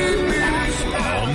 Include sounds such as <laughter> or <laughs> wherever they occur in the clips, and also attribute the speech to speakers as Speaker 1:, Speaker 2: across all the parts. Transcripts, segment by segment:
Speaker 1: From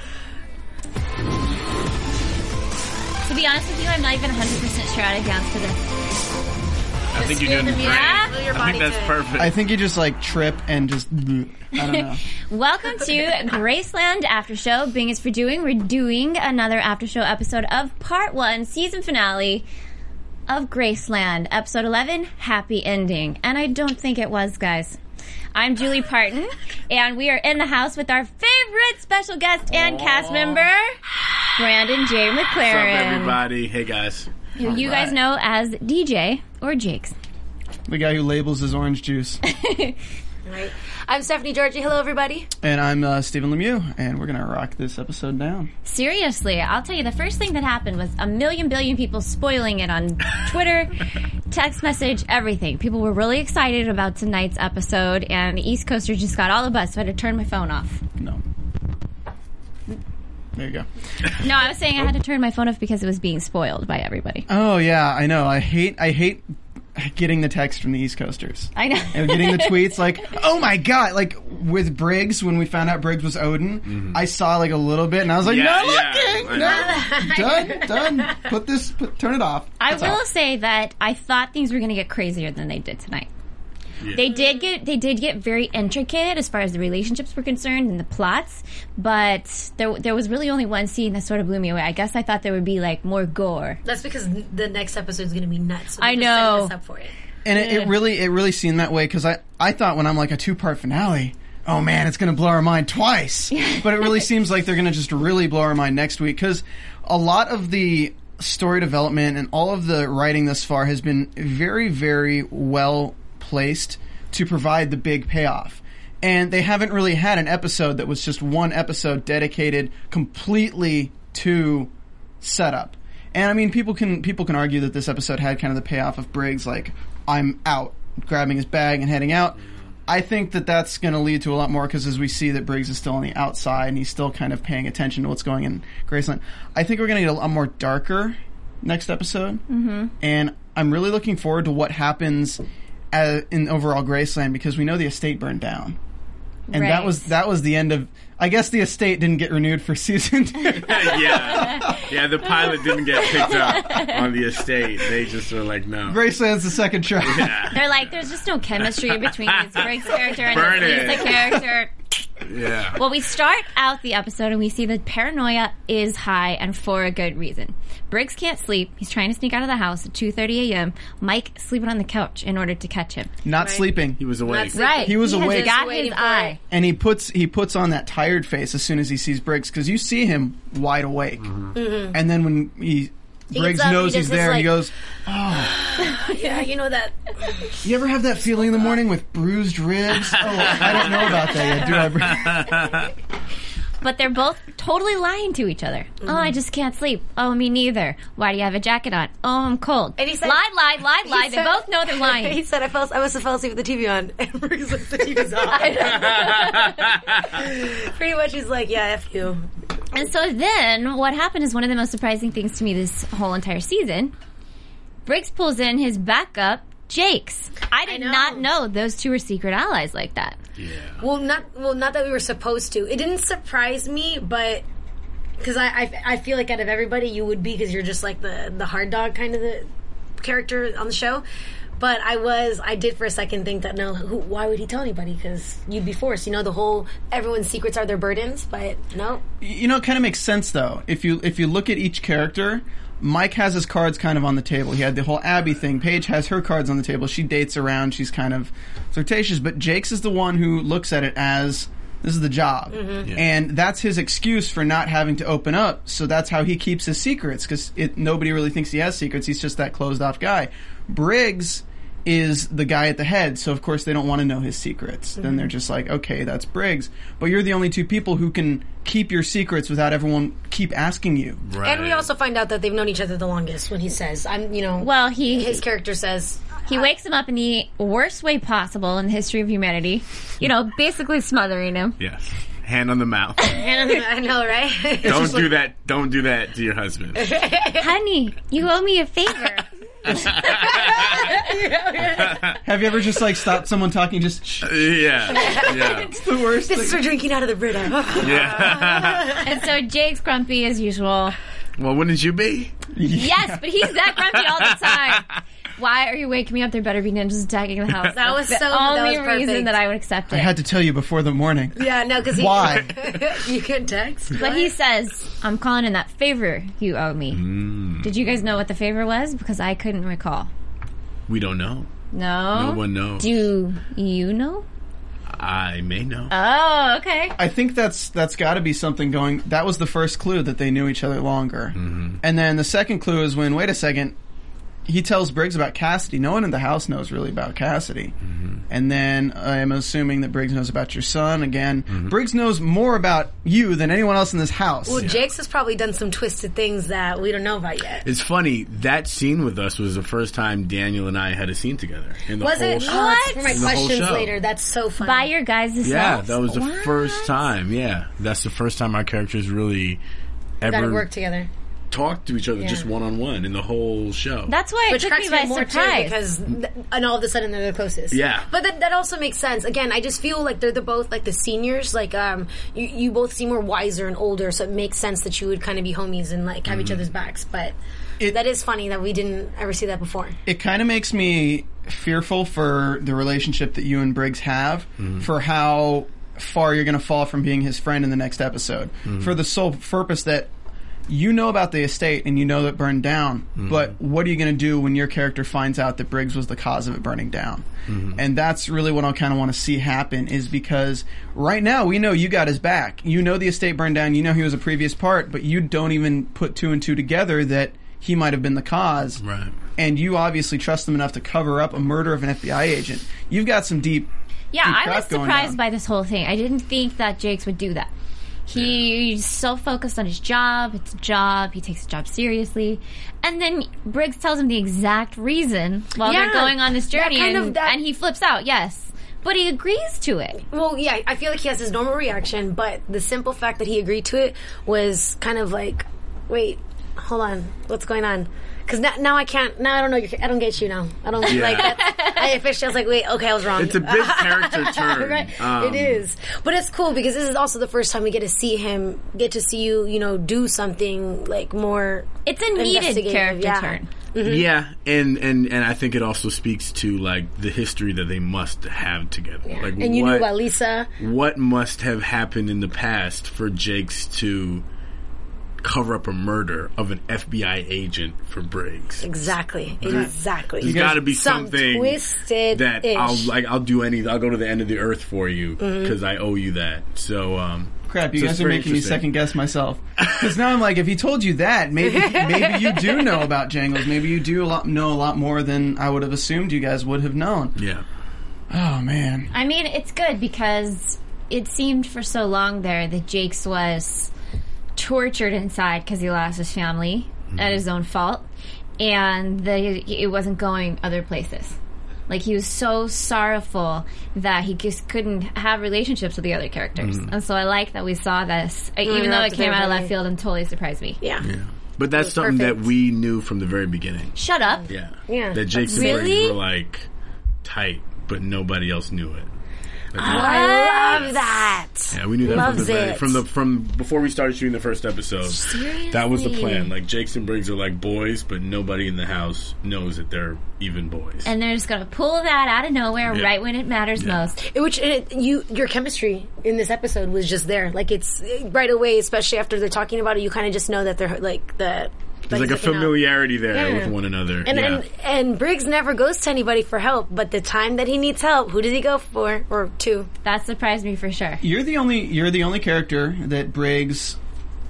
Speaker 2: To be honest with you, I'm not even 100% sure how to dance to this.
Speaker 3: I think you're
Speaker 2: Just
Speaker 3: doing
Speaker 2: feel the
Speaker 3: great.
Speaker 2: beat.
Speaker 4: Feel your
Speaker 3: I think
Speaker 4: body
Speaker 3: that's
Speaker 4: to it.
Speaker 3: perfect.
Speaker 5: I think you just like trip and just. bleh. I don't
Speaker 2: <laughs>
Speaker 5: know.
Speaker 2: <laughs> Welcome to Graceland After Show. Bing is for doing. We're doing another After Show episode of Part 1, season finale of Graceland, episode 11, Happy Ending. And I don't think it was, guys. I'm Julie
Speaker 3: <laughs>
Speaker 2: Parton, and we are in the house with our favorite special guest and cast member, Brandon J.
Speaker 3: What's up,
Speaker 2: McLaren,
Speaker 3: everybody? Hey, guys.
Speaker 2: who you guys know as DJ or Jakes.
Speaker 5: The guy who labels his orange juice.
Speaker 4: Right. I'm Stephanie Georgie. Hello, everybody.
Speaker 5: And I'm uh, Stephen Lemieux, and we're gonna rock this episode down.
Speaker 2: Seriously, I'll tell you, the first thing that happened was a million billion people spoiling it on
Speaker 5: <laughs>
Speaker 2: Twitter, text message, everything. People were really excited about tonight's episode, and the East Coaster just got all the buzz, so I had to turn my phone off.
Speaker 5: No. There you go.
Speaker 2: No, I was saying I had to turn my phone off because it was being spoiled by everybody.
Speaker 5: Oh yeah, I know. I hate. I hate getting the text from the East Coasters.
Speaker 2: I know.
Speaker 5: and getting the tweets like, "Oh my god!" Like with Briggs, when we found out Briggs was Odin, I saw like a little bit, and I was like,
Speaker 3: Mm-hmm. Yeah,
Speaker 5: "Not
Speaker 3: yeah,
Speaker 5: looking, no, done, done. Put this, put, turn it off."
Speaker 2: I
Speaker 5: That's
Speaker 2: will
Speaker 5: all.
Speaker 2: say that I thought things were going to get crazier than they did tonight. They did get they did get very intricate as far as the relationships were concerned and the plots, but there there was really only one scene that sort of blew me away. I guess I thought there would be like more gore.
Speaker 4: That's because n- the next episode is going to be nuts. So
Speaker 2: I
Speaker 4: they're setting
Speaker 2: know.
Speaker 4: us up for it.
Speaker 5: and it, it really, it really seemed that way because I, I thought when I'm like a two part finale. Oh man, it's gonna blow our mind twice. but it really seems like they're gonna just really blow our mind next week because a lot of the story development and all of the writing thus far has been very, very well placed to provide the big payoff. and they haven't really had an episode that was just one episode dedicated completely to setup. And I mean, people can people can argue that this episode had kind of the payoff of Briggs, like I'm out, grabbing his bag and heading out. I think that that's going to lead to a lot more because as we see that Briggs is still on the outside and he's still kind of paying attention to what's going in Graceland. I think we're going to get a lot more darker next episode, mm-hmm. and I'm really looking forward to what happens as, in overall Graceland because we know the estate burned down, and that
Speaker 2: Right.
Speaker 5: was that was the end of. I guess the estate didn't get renewed for <laughs> season two.
Speaker 3: yeah. Yeah, the pilot didn't get
Speaker 4: <laughs>
Speaker 3: picked up on the estate. They just were like, no.
Speaker 5: Graceland's the second try.
Speaker 2: They're like there's just no chemistry between these Briggs character and
Speaker 3: Burn
Speaker 2: this Lisa
Speaker 3: it.
Speaker 2: character.
Speaker 3: Yeah.
Speaker 2: Well, we start out the episode and we see that paranoia is high and for a good reason. Briggs can't sleep. He's trying to sneak out of the house at 2:30 a.m. Mike sleeping on the couch in order to catch him.
Speaker 5: <laughs> Not sleeping.
Speaker 3: He was awake.
Speaker 4: Nuts.
Speaker 2: Right.
Speaker 5: He was
Speaker 2: had
Speaker 5: awake.
Speaker 2: Got
Speaker 4: Just
Speaker 2: his
Speaker 4: waiting for
Speaker 2: eye.
Speaker 5: and he puts he puts on that tired face as soon as he sees Briggs because you see him wide awake,
Speaker 3: Mm-hmm.
Speaker 5: and then when he Briggs
Speaker 4: up, Mm-hmm. he
Speaker 5: knows
Speaker 4: does
Speaker 5: he's
Speaker 4: this,
Speaker 5: there, he
Speaker 4: like-
Speaker 5: goes.
Speaker 4: <laughs> Yeah, you
Speaker 2: <laughs>
Speaker 4: know that.
Speaker 5: You ever have that feeling in the morning with bruised
Speaker 4: <laughs>
Speaker 5: ribs? Oh, I don't know about that yet. Do I? Bri-"
Speaker 2: But they're both totally lying to each other.
Speaker 4: Mm-hmm.
Speaker 2: Oh, I just can't sleep. Oh, me neither. Why do you have a jacket on? Oh, I'm cold.
Speaker 4: And he said-
Speaker 2: lied, lied, lied,
Speaker 4: He
Speaker 2: lied. They
Speaker 4: said-
Speaker 2: both know
Speaker 4: <laughs>
Speaker 2: they're
Speaker 4: He
Speaker 2: lying.
Speaker 4: said I fell. I must have fell asleep with the TV on, <laughs> and Briggs like
Speaker 2: <laughs>
Speaker 4: the TV's on. <laughs> Pretty much, he's like, "Yeah, f you."
Speaker 2: And so then what happened is one of the most surprising things to me this whole entire season. Briggs pulls in his backup, Jake's. I did
Speaker 4: know.
Speaker 2: not know those two were secret allies like that.
Speaker 3: Yeah.
Speaker 4: Well, not well, not that we were supposed to. It didn't surprise me, but because I, I I feel like out of everybody, you would be because you're just like the the hard dog kind of the character on the show. But I was I did for a second think that no, who, why would he tell anybody? Because you'd be forced. You know, the whole everyone's secrets are their burdens, but no,
Speaker 5: you know, it kind of makes sense though. If you if you look at each character, Mike has his cards kind of on the table. He had the whole Abby thing. Paige has her cards on the table. She dates around. She's kind of flirtatious. But Jake's is the one who looks at it as this is the job. And that's his excuse for not having to open up. So that's how he keeps his secrets because nobody really thinks he has secrets. He's just that closed off guy. Briggs is the guy at the head. So of course they don't want to know his secrets. Then they're just like, okay, that's Briggs. But you're the only two people who can keep your secrets without everyone keep asking you.
Speaker 3: Right.
Speaker 4: And we also find out that they've known each other the longest when he says, "I'm," you know.
Speaker 2: Well, he
Speaker 4: his character says,
Speaker 2: He wakes him up in the worst way possible in the history of humanity. You know, basically smothering him.
Speaker 3: Yes. Hand on
Speaker 4: <laughs>
Speaker 3: the mouth.
Speaker 4: <laughs> "I know, right?"
Speaker 3: Don't do that. Don't do that to your husband.
Speaker 2: Honey, you owe me a favor.
Speaker 4: <laughs>
Speaker 5: Have you ever just like stopped someone talking? Just "Shh,
Speaker 4: <laughs>
Speaker 3: yeah. Yeah.
Speaker 5: the worst.
Speaker 4: <laughs> this is for drinking out of the Brita.
Speaker 3: Yeah.
Speaker 2: and so Jake's grumpy as usual.
Speaker 3: well, wouldn't you be?
Speaker 2: Yes, but he's that grumpy all the time. Why are you waking me up? There better be ninjas attacking the house.
Speaker 4: That was
Speaker 2: the
Speaker 4: so- that
Speaker 2: only
Speaker 4: was perfect.
Speaker 2: reason that I would accept it.
Speaker 5: I had to tell you before the morning.
Speaker 4: <laughs> yeah, no, because
Speaker 5: Why?
Speaker 4: <laughs> you can text.
Speaker 2: But he says, I'm calling in that favor you owe me.
Speaker 3: Mm.
Speaker 2: Did you guys know what the favor was? Because I couldn't recall.
Speaker 3: We don't know.
Speaker 2: No?
Speaker 3: No one knows.
Speaker 2: Do you know?
Speaker 3: I may know.
Speaker 2: Oh, okay.
Speaker 5: I think that's that's got to be something going. That was the first clue that they knew each other longer, and then the second clue is when. Wait a second. He tells Briggs about Cassidy. No one in the house knows really about Cassidy. And then I am assuming that Briggs knows about your son again. Briggs knows more about you than anyone else in this house.
Speaker 4: Well, Jake's has probably done some twisted things that we don't know about yet.
Speaker 3: It's funny that scene with us was the first time Daniel and I had a scene together. In the
Speaker 4: Was
Speaker 3: whole
Speaker 4: it?
Speaker 3: show.
Speaker 4: Oh, that's for my
Speaker 3: The whole
Speaker 4: questions
Speaker 3: show.
Speaker 4: later. That's so funny.
Speaker 2: By your guys'
Speaker 3: Yeah,
Speaker 2: selves?
Speaker 3: that was the
Speaker 2: What?
Speaker 3: first time. Yeah, that's the first time our characters really
Speaker 4: Gotta
Speaker 3: ever
Speaker 4: work together.
Speaker 3: talked to each other just one on one in the whole show.
Speaker 2: That's why it
Speaker 4: Which
Speaker 2: took me
Speaker 4: cracks
Speaker 2: by
Speaker 4: me more too
Speaker 2: surprise.
Speaker 4: because, th- and all of a sudden they're the closest.
Speaker 3: Yeah.
Speaker 4: but that, that also makes sense. Again, I just feel like they're the both like the seniors. Like, um, you, you both seem more wiser and older, so it makes sense that you would kind of be homies and like have
Speaker 3: Mm-hmm.
Speaker 4: each other's backs. But
Speaker 5: It-
Speaker 4: that is funny that we didn't ever see that before.
Speaker 5: it kind of makes me fearful for the relationship that you and Briggs have, for how far you're going to fall from being his friend in the next episode, for the sole purpose that you know about the estate and you know that burned down, but what are you going to do when your character finds out that Briggs was the cause of it burning down? And that's really what I kind of want to see happen is because right now we know you got his back. You know the estate burned down, you know he was a previous part, but you don't even put two and two together that he might have been the cause
Speaker 3: right.
Speaker 5: and you obviously trust them enough to cover up a murder of an FBI agent. You've got some deep.
Speaker 2: Yeah,
Speaker 5: deep
Speaker 2: I
Speaker 5: crap
Speaker 2: was
Speaker 5: going
Speaker 2: surprised
Speaker 5: on.
Speaker 2: by this whole thing. I didn't think that Jake's would do that. He's so focused on his job. It's a job. He takes the job seriously. And then Briggs tells him the exact reason while
Speaker 4: Yeah,
Speaker 2: they're going on this
Speaker 4: that
Speaker 2: journey.
Speaker 4: kind of-
Speaker 2: and,
Speaker 4: that-
Speaker 2: and he flips out, yes. But he agrees to it.
Speaker 4: Well, yeah, I feel like he has his normal reaction, but the simple fact that he agreed to it was kind of like, wait, hold on, what's going on? Because now, now I can't. Now I don't know. Your, I don't get you now. I don't
Speaker 3: Yeah.
Speaker 4: like. That, I officially I was like, wait, okay, I was wrong.
Speaker 3: It's
Speaker 4: <laughs>
Speaker 3: a big character turn.
Speaker 4: right.
Speaker 3: Um,
Speaker 4: it is, but it's cool because this is also the first time we get to see him, get to see you, you know, do something like more.
Speaker 2: It's a needed
Speaker 4: Investigative,
Speaker 2: character
Speaker 4: yeah.
Speaker 2: turn.
Speaker 3: Yeah, and, and and I think it also speaks to like the history that they must have together. Like
Speaker 4: and you
Speaker 3: what,
Speaker 4: knew about Lisa.
Speaker 3: what must have happened in the past for Jakes to cover up a murder of an FBI agent for Briggs?
Speaker 4: Exactly. Exactly.
Speaker 3: There's got to be
Speaker 4: some
Speaker 3: something
Speaker 4: twisted
Speaker 3: that
Speaker 4: ish.
Speaker 3: I'll like. I'll do anything. I'll go to the end of the earth for you
Speaker 4: Mm-hmm.
Speaker 3: because I owe you that. So um,
Speaker 5: Crap, you
Speaker 3: so it's
Speaker 5: guys are
Speaker 3: pretty
Speaker 5: making me
Speaker 3: interesting.
Speaker 5: second guess myself. Because now I'm like, if he told you that, maybe maybe you do know about Jangles. Maybe you do a lot, know a lot more than I would have assumed you guys would have known.
Speaker 3: Yeah,
Speaker 5: Oh man,
Speaker 2: I mean, it's good because it seemed for so long there that Jake's was tortured inside because he lost his family at his own fault, and that he- it wasn't going other places. Like he was so sorrowful that he just couldn't have relationships with the other characters,
Speaker 3: Mm.
Speaker 2: and so I like that we saw this, uh, even though
Speaker 4: that's
Speaker 2: it came out of
Speaker 4: amazing.
Speaker 2: left field and totally surprised me.
Speaker 4: yeah.
Speaker 3: but that's something that
Speaker 4: perfect.
Speaker 3: we knew from the very beginning.
Speaker 2: Shut up!
Speaker 3: Yeah,
Speaker 4: Yeah.
Speaker 3: That Jakes and
Speaker 2: Really?
Speaker 3: Briggs were like tight, but nobody else knew it.
Speaker 4: I love that.
Speaker 3: Yeah, we knew that from
Speaker 4: Ah, Loves
Speaker 3: the, very-
Speaker 4: it.
Speaker 3: from the from before we started shooting the first episode. That was the plan. Like Jakes and Briggs are like boys, but nobody in the house knows that they're even boys.
Speaker 2: And they're just gonna pull that out of nowhere
Speaker 3: Yeah.
Speaker 2: right when it matters most.
Speaker 4: It- Which it, you your chemistry in this episode was just there. Like it's right away, especially after they're talking about it. You kind of just know that they're like the but
Speaker 3: There's like a
Speaker 4: it's, you know-
Speaker 3: familiarity there
Speaker 4: Yeah.
Speaker 3: with one another.
Speaker 4: And,
Speaker 3: yeah.
Speaker 4: and and Briggs never goes to anybody for help, but the time that he needs help, who does he go for or to?
Speaker 2: That surprised me for sure.
Speaker 5: You're the only you're the only character that Briggs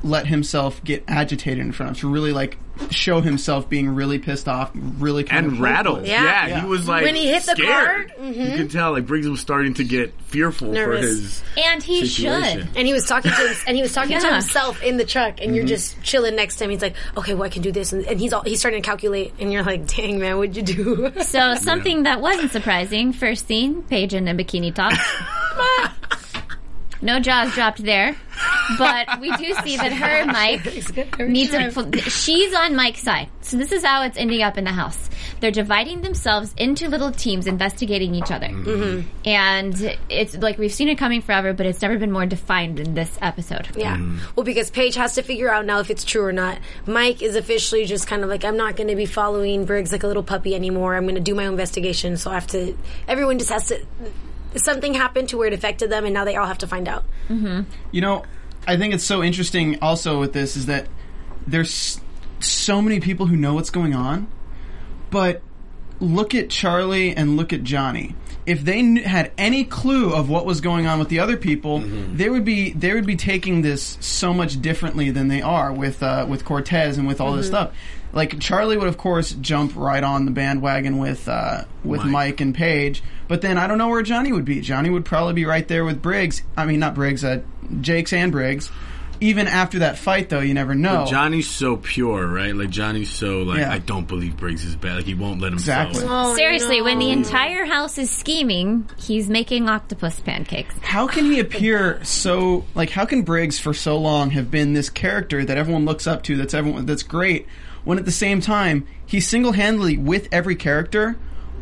Speaker 5: let himself get agitated in front of to really like show himself being really pissed off, really kind
Speaker 3: and
Speaker 5: of
Speaker 3: rattled.
Speaker 4: Yeah.
Speaker 3: Yeah.
Speaker 4: Yeah.
Speaker 3: he was like
Speaker 4: When he hit the
Speaker 3: scared.
Speaker 4: car, Mm-hmm.
Speaker 3: You could tell like Briggs was starting to get fearful
Speaker 4: Nervous.
Speaker 3: for his
Speaker 2: And he
Speaker 3: situation.
Speaker 2: should.
Speaker 4: And he was talking to him, and he was talking to
Speaker 2: Yeah.
Speaker 4: himself in the truck, and you're just chilling next to him. He's like, "Okay, well, I can do this," and, and he's all he's starting to calculate, and you're like, "Dang man, what'd you do?" <laughs>
Speaker 2: So something that wasn't surprising. First scene, Paige in a bikini top. no jaws dropped there, but we do see that her and Mike needs a. pl- She's on Mike's side, so this is how it's ending up in the house. They're dividing themselves into little teams, investigating each other, and it's like we've seen it coming forever, but it's never been more defined than this episode.
Speaker 4: yeah.
Speaker 3: Mm.
Speaker 4: Well, because Paige has to figure out now if it's true or not. Mike is officially just kind of like, "I'm not going to be following Briggs like a little puppy anymore. I'm going to do my own investigation." So I have to. Everyone just has to. Something happened to where it affected them, and now they all have to find out.
Speaker 5: You know, I think it's so interesting also with this is that there's so many people who know what's going on, but look at Charlie and look at Johnny. If they kn- had any clue of what was going on with the other people, they would be they would be taking this so much differently than they are with uh, with Cortez and with all this stuff. Like Charlie would, of course, jump right on the bandwagon with uh, with Mike. and Paige, but then I don't know where Johnny would be. Johnny would probably be right there with Briggs. I mean, not Briggs, uh, Jake's and Briggs. Even after that fight, though, you never know.
Speaker 3: Johnny's so pure, right? Like Johnny's so like
Speaker 5: Oh. Yeah.
Speaker 3: I don't believe Briggs is bad. Like he won't let himself.
Speaker 5: Exactly.
Speaker 2: Seriously, when the entire house is scheming, he's making octopus pancakes.
Speaker 5: how can he appear so like how can Briggs for so long have been this character that everyone looks up to that's everyone that's great when at the same time he single-handedly with every character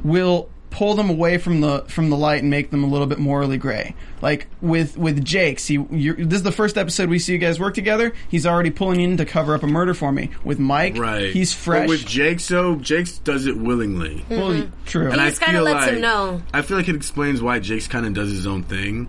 Speaker 5: will pull them away from the from the light and make them a little bit morally gray like with with Jake's he you're, this is the first episode we see you guys work together he's already pulling in to cover up a murder for me with Mike
Speaker 3: Right.
Speaker 5: he's fresh
Speaker 3: But with Jake, so Jake does it willingly.
Speaker 4: Mm,
Speaker 5: Well, true
Speaker 3: And I
Speaker 4: just kinda
Speaker 3: feel
Speaker 4: lets him
Speaker 3: like-
Speaker 4: know.
Speaker 3: I feel like it explains why Jake's kind of does his own thing.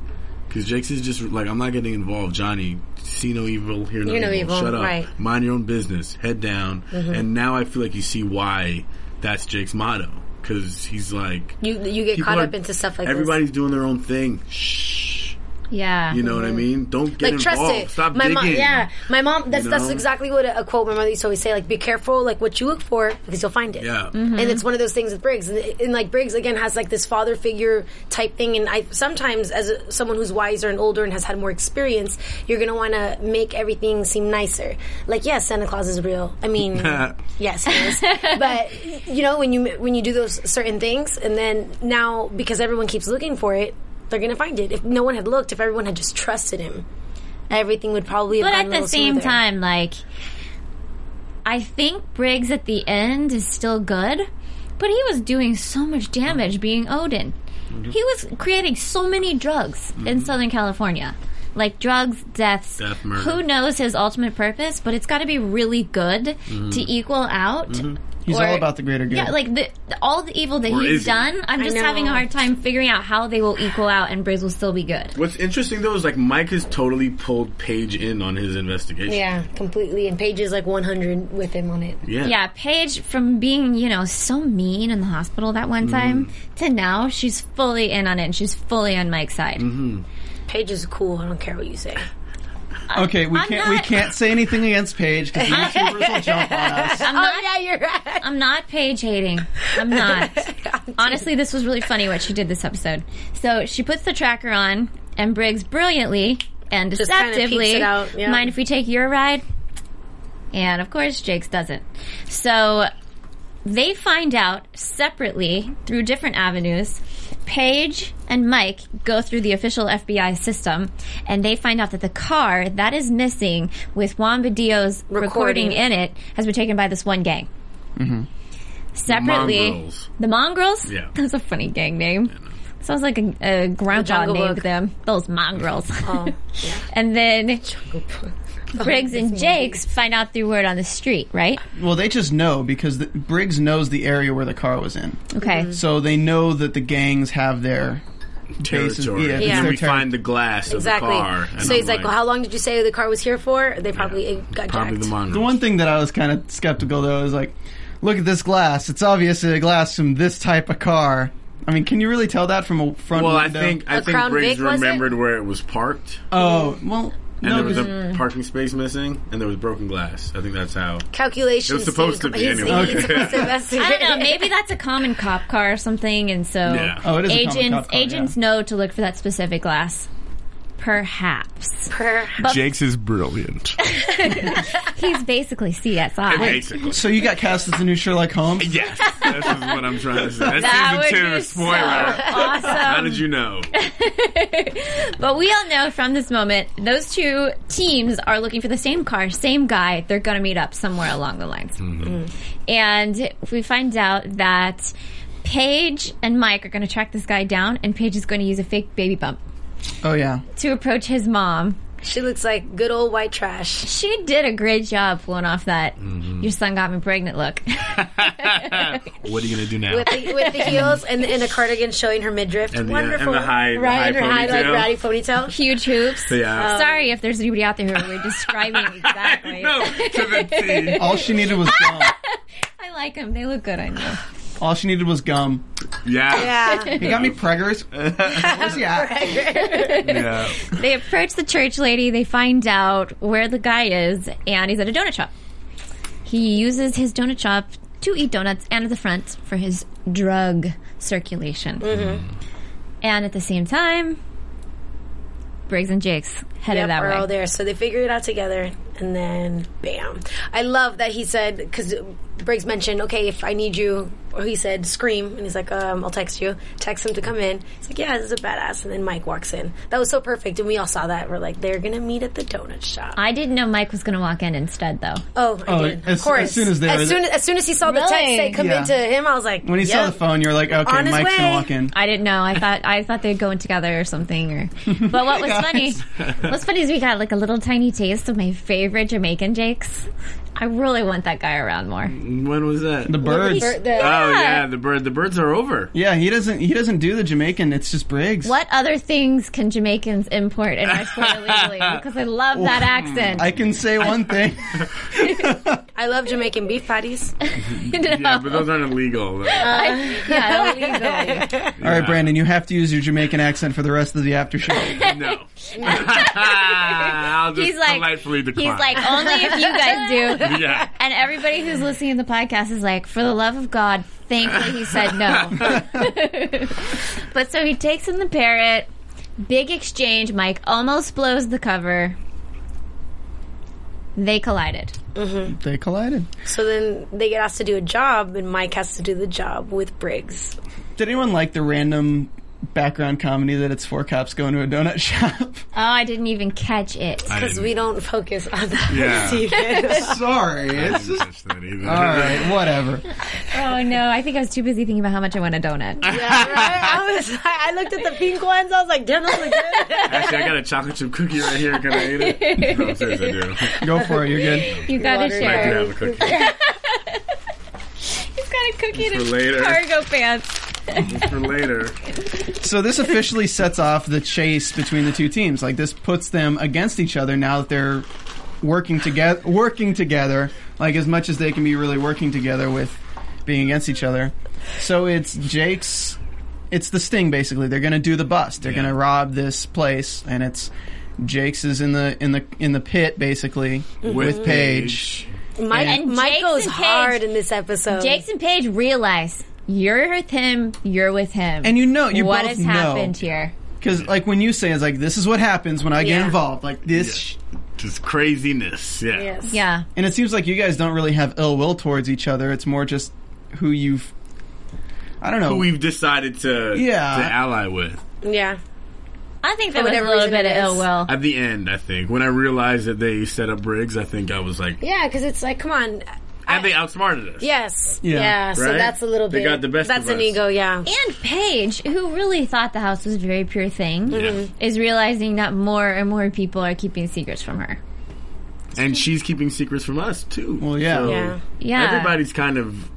Speaker 3: Because Jake's is just like, I'm not getting involved. Johnny, see no evil, hear no,
Speaker 4: Hear no evil,
Speaker 3: Shut up.
Speaker 4: right. Mm-hmm.
Speaker 3: Mind your own business. Head down. And now I feel like you see why that's Jake's motto. Because he's like,
Speaker 4: You you get
Speaker 3: people
Speaker 4: caught
Speaker 3: are-
Speaker 4: up into stuff like this.
Speaker 3: Everybody's doing their own thing. Shh.
Speaker 2: Yeah.
Speaker 3: You know what I mean? Don't
Speaker 4: like
Speaker 3: get involved.
Speaker 4: trust it.
Speaker 3: Stop
Speaker 4: my
Speaker 3: digging.
Speaker 4: mom, yeah, my mom. That's
Speaker 3: You
Speaker 4: that's
Speaker 3: know?
Speaker 4: exactly what a, a quote my mother used to always say. Like, be careful, like what you look for because you'll find it.
Speaker 3: Yeah.
Speaker 4: and
Speaker 2: Mm-hmm.
Speaker 4: it's one of those things with Briggs, and, and like Briggs again has like this father figure type thing. And I sometimes, as a, someone who's wiser and older and has had more experience, you're gonna want to make everything seem nicer. Like, yes, Santa Claus is real. I mean,
Speaker 3: Uh,
Speaker 4: yes, he is. but you know, when you when you do those certain things, and then now because everyone keeps looking for it. They're gonna find it. If no one had looked, if everyone had just trusted him, everything would probably. have
Speaker 2: But
Speaker 4: gone
Speaker 2: at
Speaker 4: a
Speaker 2: the
Speaker 4: little
Speaker 2: same
Speaker 4: smoother.
Speaker 2: time, like, I think Briggs at the end is still good, but he was doing so much damage being Odin.
Speaker 3: Mm-hmm.
Speaker 2: He was creating so many drugs in Southern California. Like drugs, deaths.
Speaker 3: Death, murder.
Speaker 2: Who knows his ultimate purpose? But it's got to be really good
Speaker 3: Mm-hmm.
Speaker 2: to equal out.
Speaker 5: he's
Speaker 2: or-
Speaker 5: all about the greater good
Speaker 2: Yeah, like the, all the evil that
Speaker 3: Or
Speaker 2: he's
Speaker 3: is he?
Speaker 2: done. I'm just
Speaker 4: know.
Speaker 2: having a hard time figuring out how they will equal out, and Briggs will still be good.
Speaker 3: What's interesting though is like Mike has totally pulled Paige in on his investigation.
Speaker 4: Yeah, completely. And Paige is like 100 with him on it.
Speaker 3: Yeah.
Speaker 2: Yeah, Paige from being, you know, so mean in the hospital that one time to now she's fully in on it and she's fully on Mike's side.
Speaker 4: Paige is cool. I don't care what you
Speaker 3: <laughs>
Speaker 4: say.
Speaker 5: okay we
Speaker 2: I'm
Speaker 5: can't we
Speaker 2: not-
Speaker 5: can't say anything against Paige
Speaker 2: <laughs>
Speaker 5: cuz YouTubers will jump on us
Speaker 2: I'm not
Speaker 4: Oh, yeah, you're right.
Speaker 2: I'm not Paige hating. I'm not.
Speaker 4: <laughs>
Speaker 2: Honestly, this was really funny what she did this episode. So she puts the tracker on and Briggs brilliantly and
Speaker 4: Just kinda peeks
Speaker 2: deceptively
Speaker 4: it out, yeah.
Speaker 2: mind if we take your ride? And of course Jake's doesn't. So they find out separately through different avenues. Paige and Mike go through the official FBI system and they find out that the car that is missing with Juan Badillo's
Speaker 4: Recording.
Speaker 2: recording in it has been taken by this one gang. Separately,
Speaker 3: Mongrels.
Speaker 2: the Mongrels. <laughs>
Speaker 3: Yeah.
Speaker 2: that was a funny gang name. Sounds like a, a grandpa
Speaker 4: Jungle
Speaker 2: named
Speaker 4: Book.
Speaker 2: them. Those Mongrels.
Speaker 4: Oh,
Speaker 2: <laughs> and
Speaker 4: <laughs>
Speaker 2: then Briggs and Jakes find out through word on the street, right?
Speaker 4: Mm-hmm.
Speaker 5: Well, they just know because the,
Speaker 4: <laughs>
Speaker 5: Briggs knows the area where the car was in,
Speaker 2: Okay.
Speaker 5: so they know that the gangs have their bases.
Speaker 3: territory.
Speaker 5: Yeah,
Speaker 3: and
Speaker 5: it's
Speaker 4: Yeah.
Speaker 3: then
Speaker 5: their
Speaker 3: we
Speaker 5: territory.
Speaker 3: find the glass
Speaker 4: Exactly.
Speaker 3: of the car. and
Speaker 4: so he's
Speaker 3: I'm
Speaker 4: like, "Well, how long did you say the car was here for?" They probably it got
Speaker 3: probably
Speaker 4: jacked.
Speaker 3: the Mongols.
Speaker 5: The one thing that I was kind of skeptical though is like, look at this glass. It's obviously a glass from this type of car. I mean, can you really tell that from a front
Speaker 3: well, I
Speaker 5: window?
Speaker 3: think I
Speaker 4: A
Speaker 3: think
Speaker 4: Crown
Speaker 3: Briggs
Speaker 4: Vic, was it?
Speaker 3: remembered where it was parked,
Speaker 5: Oh well,
Speaker 3: and
Speaker 5: no, mm-hmm.
Speaker 3: there was
Speaker 5: 'cause-
Speaker 3: a parking space missing, and there was broken glass. I think that's how.
Speaker 4: Calculations.
Speaker 3: It was supposed
Speaker 4: Steve.
Speaker 3: to be
Speaker 4: He's-
Speaker 3: anyway.
Speaker 4: he's
Speaker 3: <laughs>
Speaker 4: supposed to investigate.
Speaker 2: I don't know. Maybe that's a common cop car or something, and so
Speaker 3: Yeah.
Speaker 5: oh, it is a common
Speaker 2: agents
Speaker 5: cop car, yeah.
Speaker 2: agents know to look for that specific glass. Perhaps
Speaker 4: Perhaps.
Speaker 6: Jake's is brilliant.
Speaker 2: he's basically CSI.
Speaker 3: Basically.
Speaker 5: So you got cast as the new Sherlock Holmes?
Speaker 3: Yes, this is what I'm trying to say. That's
Speaker 2: that would
Speaker 3: season
Speaker 2: be
Speaker 3: two. Spoiler.
Speaker 2: so <laughs> awesome.
Speaker 3: How did you know?
Speaker 2: But we all know from this moment, those two teams are looking for the same car, same guy. They're going to meet up somewhere along the lines. And we find out that Paige and Mike are going to track this guy down, and Paige is going to use a fake baby bump
Speaker 5: Oh yeah.
Speaker 2: to approach his mom.
Speaker 4: She looks like good old white trash.
Speaker 2: She did a great job pulling off that your son got me pregnant look. <laughs>
Speaker 3: What are you gonna do now?
Speaker 4: With the, <laughs> with the heels and, and a cardigan showing her midriff.
Speaker 3: And the-
Speaker 4: Wonderful.
Speaker 3: and the high- the
Speaker 4: right,
Speaker 3: high
Speaker 4: and her high, like,
Speaker 3: ponytail.
Speaker 4: ratty ponytail.
Speaker 2: Huge hoops.
Speaker 3: Yeah.
Speaker 2: Sorry if there's anybody out there who we're describing Oh, exactly.
Speaker 3: no, to the
Speaker 5: All she needed was
Speaker 4: <laughs>
Speaker 5: gum.
Speaker 2: I like them. They look good on you.
Speaker 5: All she needed was gum.
Speaker 3: T. Yeah.
Speaker 4: Yeah.
Speaker 5: He got me
Speaker 3: <laughs>
Speaker 5: preggers. Where's he at?
Speaker 6: yeah.
Speaker 2: They approach the church lady. They find out where the guy is, and he's at a donut shop. He uses his donut shop to eat donuts and at the front for his drug circulation.
Speaker 4: Mm-hmm.
Speaker 2: And at the same time, Briggs and Jakes headed
Speaker 4: Yep,
Speaker 2: that
Speaker 4: are
Speaker 2: way.
Speaker 4: all there. So they figure it out together, and then bam! I love that he said because Briggs mentioned, okay, if I need you, or he said, scream, and he's like, um, I'll text you. Text him to come in. He's like, yeah, this is a badass. And then Mike walks in. That was so perfect, and we all saw that. We're like, they're gonna meet at the donut shop.
Speaker 2: I didn't know Mike was going to walk in instead, though.
Speaker 4: oh, I
Speaker 5: Oh,
Speaker 4: did.
Speaker 5: as-
Speaker 4: of course.
Speaker 5: as soon as they were-
Speaker 4: as soon as, soon as he saw the text
Speaker 2: Really?
Speaker 4: say come
Speaker 5: Yeah.
Speaker 4: in to him, I was like,
Speaker 5: When he saw
Speaker 4: yep.
Speaker 5: the phone, you're like, okay,
Speaker 4: On his
Speaker 5: Mike's gonna
Speaker 4: way.
Speaker 5: walk in.
Speaker 2: I didn't know. I thought I thought they'd go in together or something.
Speaker 4: <laughs>
Speaker 2: Or, but what was funny, what's funny is we got like a little tiny taste of my favorite Jamaican Jakes. I really want that guy around more.
Speaker 3: When was that?
Speaker 5: The birds.
Speaker 4: The-
Speaker 3: Oh yeah, the bird. The birds are over.
Speaker 5: Yeah, he doesn't. He doesn't do the Jamaican. It's just Briggs.
Speaker 2: What other things can Jamaicans import
Speaker 3: <laughs>
Speaker 2: in our sport illegally? Because I love that accent. <laughs>
Speaker 5: I can say one thing.
Speaker 4: I love Jamaican
Speaker 2: <laughs>
Speaker 4: beef patties.
Speaker 3: Yeah, but those aren't illegal. though. <laughs>
Speaker 2: yeah, illegally.
Speaker 5: All right, Brandon, you have to use your Jamaican accent for the rest of the after show.
Speaker 3: no. <laughs> I'll just
Speaker 2: He's like,
Speaker 3: politely decline.
Speaker 2: he's like, only if you guys do.
Speaker 3: <laughs> yeah.
Speaker 2: And everybody who's listening to the podcast is like, for the love of God, thankfully he said
Speaker 3: <laughs>
Speaker 2: no. but so he takes in the parrot. Big exchange. Mike almost blows the cover. They collided.
Speaker 5: They collided.
Speaker 4: so then they get asked to do a job, and Mike has to do the job with Briggs.
Speaker 5: Did anyone like the random background comedy that it's four cops going to a donut <laughs> shop?
Speaker 2: Oh, I didn't even catch it.
Speaker 4: Because we don't focus on that. <laughs>
Speaker 3: Yeah.
Speaker 4: Steven.
Speaker 5: Sorry. It's
Speaker 3: didn't catch that either.
Speaker 5: all right. Whatever.
Speaker 2: Oh no, I think I was too busy thinking about how much I want a donut.
Speaker 4: Yeah, right?
Speaker 2: <laughs>
Speaker 4: I was. I looked at the pink ones. I was like, damn, those look good.
Speaker 3: Actually, I got a chocolate chip cookie right here. Can I eat it? No, seriously, I do. <laughs>
Speaker 5: Go for it. You're good.
Speaker 2: You gotta
Speaker 4: Water.
Speaker 3: I do
Speaker 2: share.
Speaker 3: have a cookie
Speaker 2: He's got a cookie in
Speaker 3: For
Speaker 2: his
Speaker 3: later.
Speaker 2: cargo pants.
Speaker 3: for later.
Speaker 5: So this officially sets off the chase between the two teams. Like this puts them against each other now that they're working together. Working together, like as much as they can be really working together with being against each other. So it's Jake's. It's the sting basically. They're going to do the bust. They're
Speaker 3: Yeah.
Speaker 5: going to rob this place, and it's Jake's is in the in the in the pit basically Mm-hmm. with Paige.
Speaker 4: Mike,
Speaker 2: And
Speaker 4: Mike
Speaker 2: Jake's
Speaker 4: goes
Speaker 2: and Paige-
Speaker 4: hard in this episode.
Speaker 2: Jakes and Paige realize you're with him, you're with him.
Speaker 5: And you know, you
Speaker 2: what
Speaker 5: both
Speaker 2: has
Speaker 5: know.
Speaker 2: happened here.
Speaker 5: Because like when you say it's like this is what happens when I get
Speaker 4: Yeah.
Speaker 5: involved. Like this,
Speaker 3: Just craziness. Yeah.
Speaker 4: yes.
Speaker 2: Yeah.
Speaker 5: and it seems like you guys don't really have ill will towards each other. It's more just who you've. I don't know.
Speaker 3: Who we've decided to
Speaker 5: Yeah.
Speaker 3: to ally with
Speaker 4: yeah.
Speaker 2: I think there
Speaker 4: For
Speaker 2: was a
Speaker 4: whatever
Speaker 2: little
Speaker 4: reason
Speaker 2: bit of
Speaker 4: it is.
Speaker 2: ill will.
Speaker 3: at the end. I think when I realized that they set up rigs, I think I was like,
Speaker 4: Yeah, because it's like, come on.
Speaker 3: and they outsmarted us.
Speaker 4: Yes.
Speaker 5: Yeah.
Speaker 4: Yeah. so
Speaker 3: Right?
Speaker 4: that's a little
Speaker 3: They
Speaker 4: bit.
Speaker 3: got the best
Speaker 4: That's
Speaker 3: of
Speaker 4: an
Speaker 3: us.
Speaker 4: ego. Yeah.
Speaker 2: And Paige, who really thought the house was a very pure thing,
Speaker 3: Yeah.
Speaker 2: is realizing that more and more people are keeping secrets from her.
Speaker 3: And she's keeping secrets from us too.
Speaker 5: Well, yeah.
Speaker 3: So
Speaker 4: Yeah.
Speaker 2: Yeah.
Speaker 3: Everybody's kind of,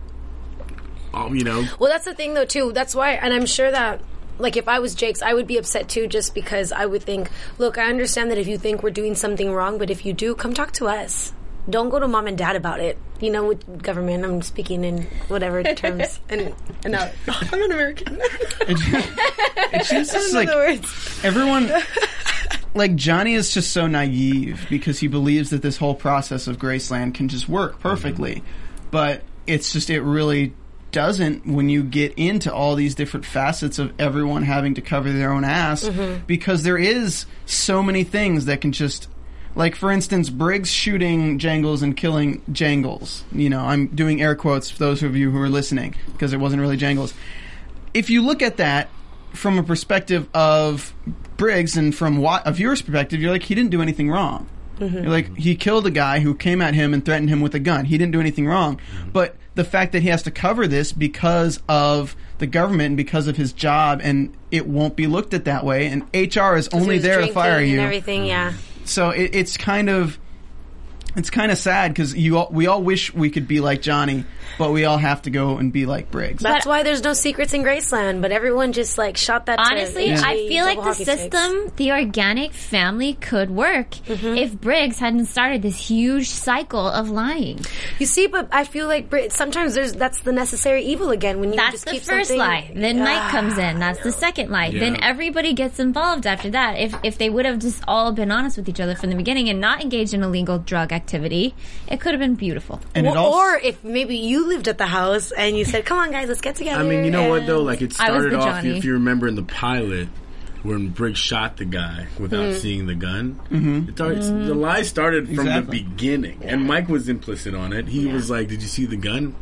Speaker 3: um, you know,
Speaker 4: Well, that's the thing, though, too. That's why, and I'm sure that like if I was Jake's, I would be upset too, just because I would think, look, I understand that if you think we're doing something wrong, but if you do, come talk to us. Don't go to mom and dad about it. You know, with government, I'm speaking in whatever
Speaker 2: <laughs>
Speaker 4: terms, and and now I'm an American.
Speaker 5: It seems just like
Speaker 4: In other words,
Speaker 5: everyone like Johnny is just so naive because he believes that this whole process of Graceland can just work perfectly. But it's just it really doesn't when you get into all these different facets of everyone having to cover their own ass because there is so many things that can just like for instance Briggs shooting Jangles and killing Jangles. You know, I'm doing air quotes for those of you who are listening because it wasn't really Jangles if you look at that from a perspective of Briggs and from wa- a viewer's perspective, you're like, he didn't do anything wrong.
Speaker 4: Mm-hmm.
Speaker 5: You're like, he killed a guy who came at him and threatened him with a gun. He didn't do anything wrong. But the fact that he has to cover this because of the government and because of his job, and it won't be looked at that way, and HR is only
Speaker 4: He was
Speaker 5: there to fire
Speaker 4: drinking
Speaker 5: you.
Speaker 2: Mm.
Speaker 4: and everything. Yeah,
Speaker 5: So it, it's kind of. It's kind of sad because you all, we all wish we could be like Johnny, but we all have to go and be like Briggs.
Speaker 4: that's why there's no secrets in Graceland. But everyone just like shot that. to
Speaker 2: Honestly, I
Speaker 4: HD
Speaker 2: feel like
Speaker 4: double
Speaker 2: the
Speaker 4: hockey sticks.
Speaker 2: system, the organic family could work if Briggs hadn't started this huge cycle of lying.
Speaker 4: You see, but I feel like Brit, sometimes there's that's the necessary evil again when you
Speaker 2: That's
Speaker 4: just
Speaker 2: the
Speaker 4: keep
Speaker 2: first
Speaker 4: something-
Speaker 2: lie. Then Mike
Speaker 4: Ah.
Speaker 2: comes in. That's the second lie. Then
Speaker 3: Yeah.
Speaker 2: everybody gets involved after that. If if they would have just all been honest with each other from the beginning and not engaged in illegal drug activity, it could have been beautiful.
Speaker 5: and it
Speaker 4: Or-
Speaker 5: also,
Speaker 4: or if maybe you lived at the house and you said, "Come on, guys, let's get together."
Speaker 3: I mean, you know what
Speaker 4: and-
Speaker 3: though? Like it
Speaker 2: I was
Speaker 3: started
Speaker 2: the
Speaker 3: off.
Speaker 2: Johnny.
Speaker 3: If you remember in the pilot, when Briggs shot the guy without
Speaker 2: Mm-hmm.
Speaker 3: seeing the gun, it started, the lie started from
Speaker 5: Mm-hmm. Exactly.
Speaker 3: the beginning. And Mike was implicit on it. He was like, "Did you see the gun?"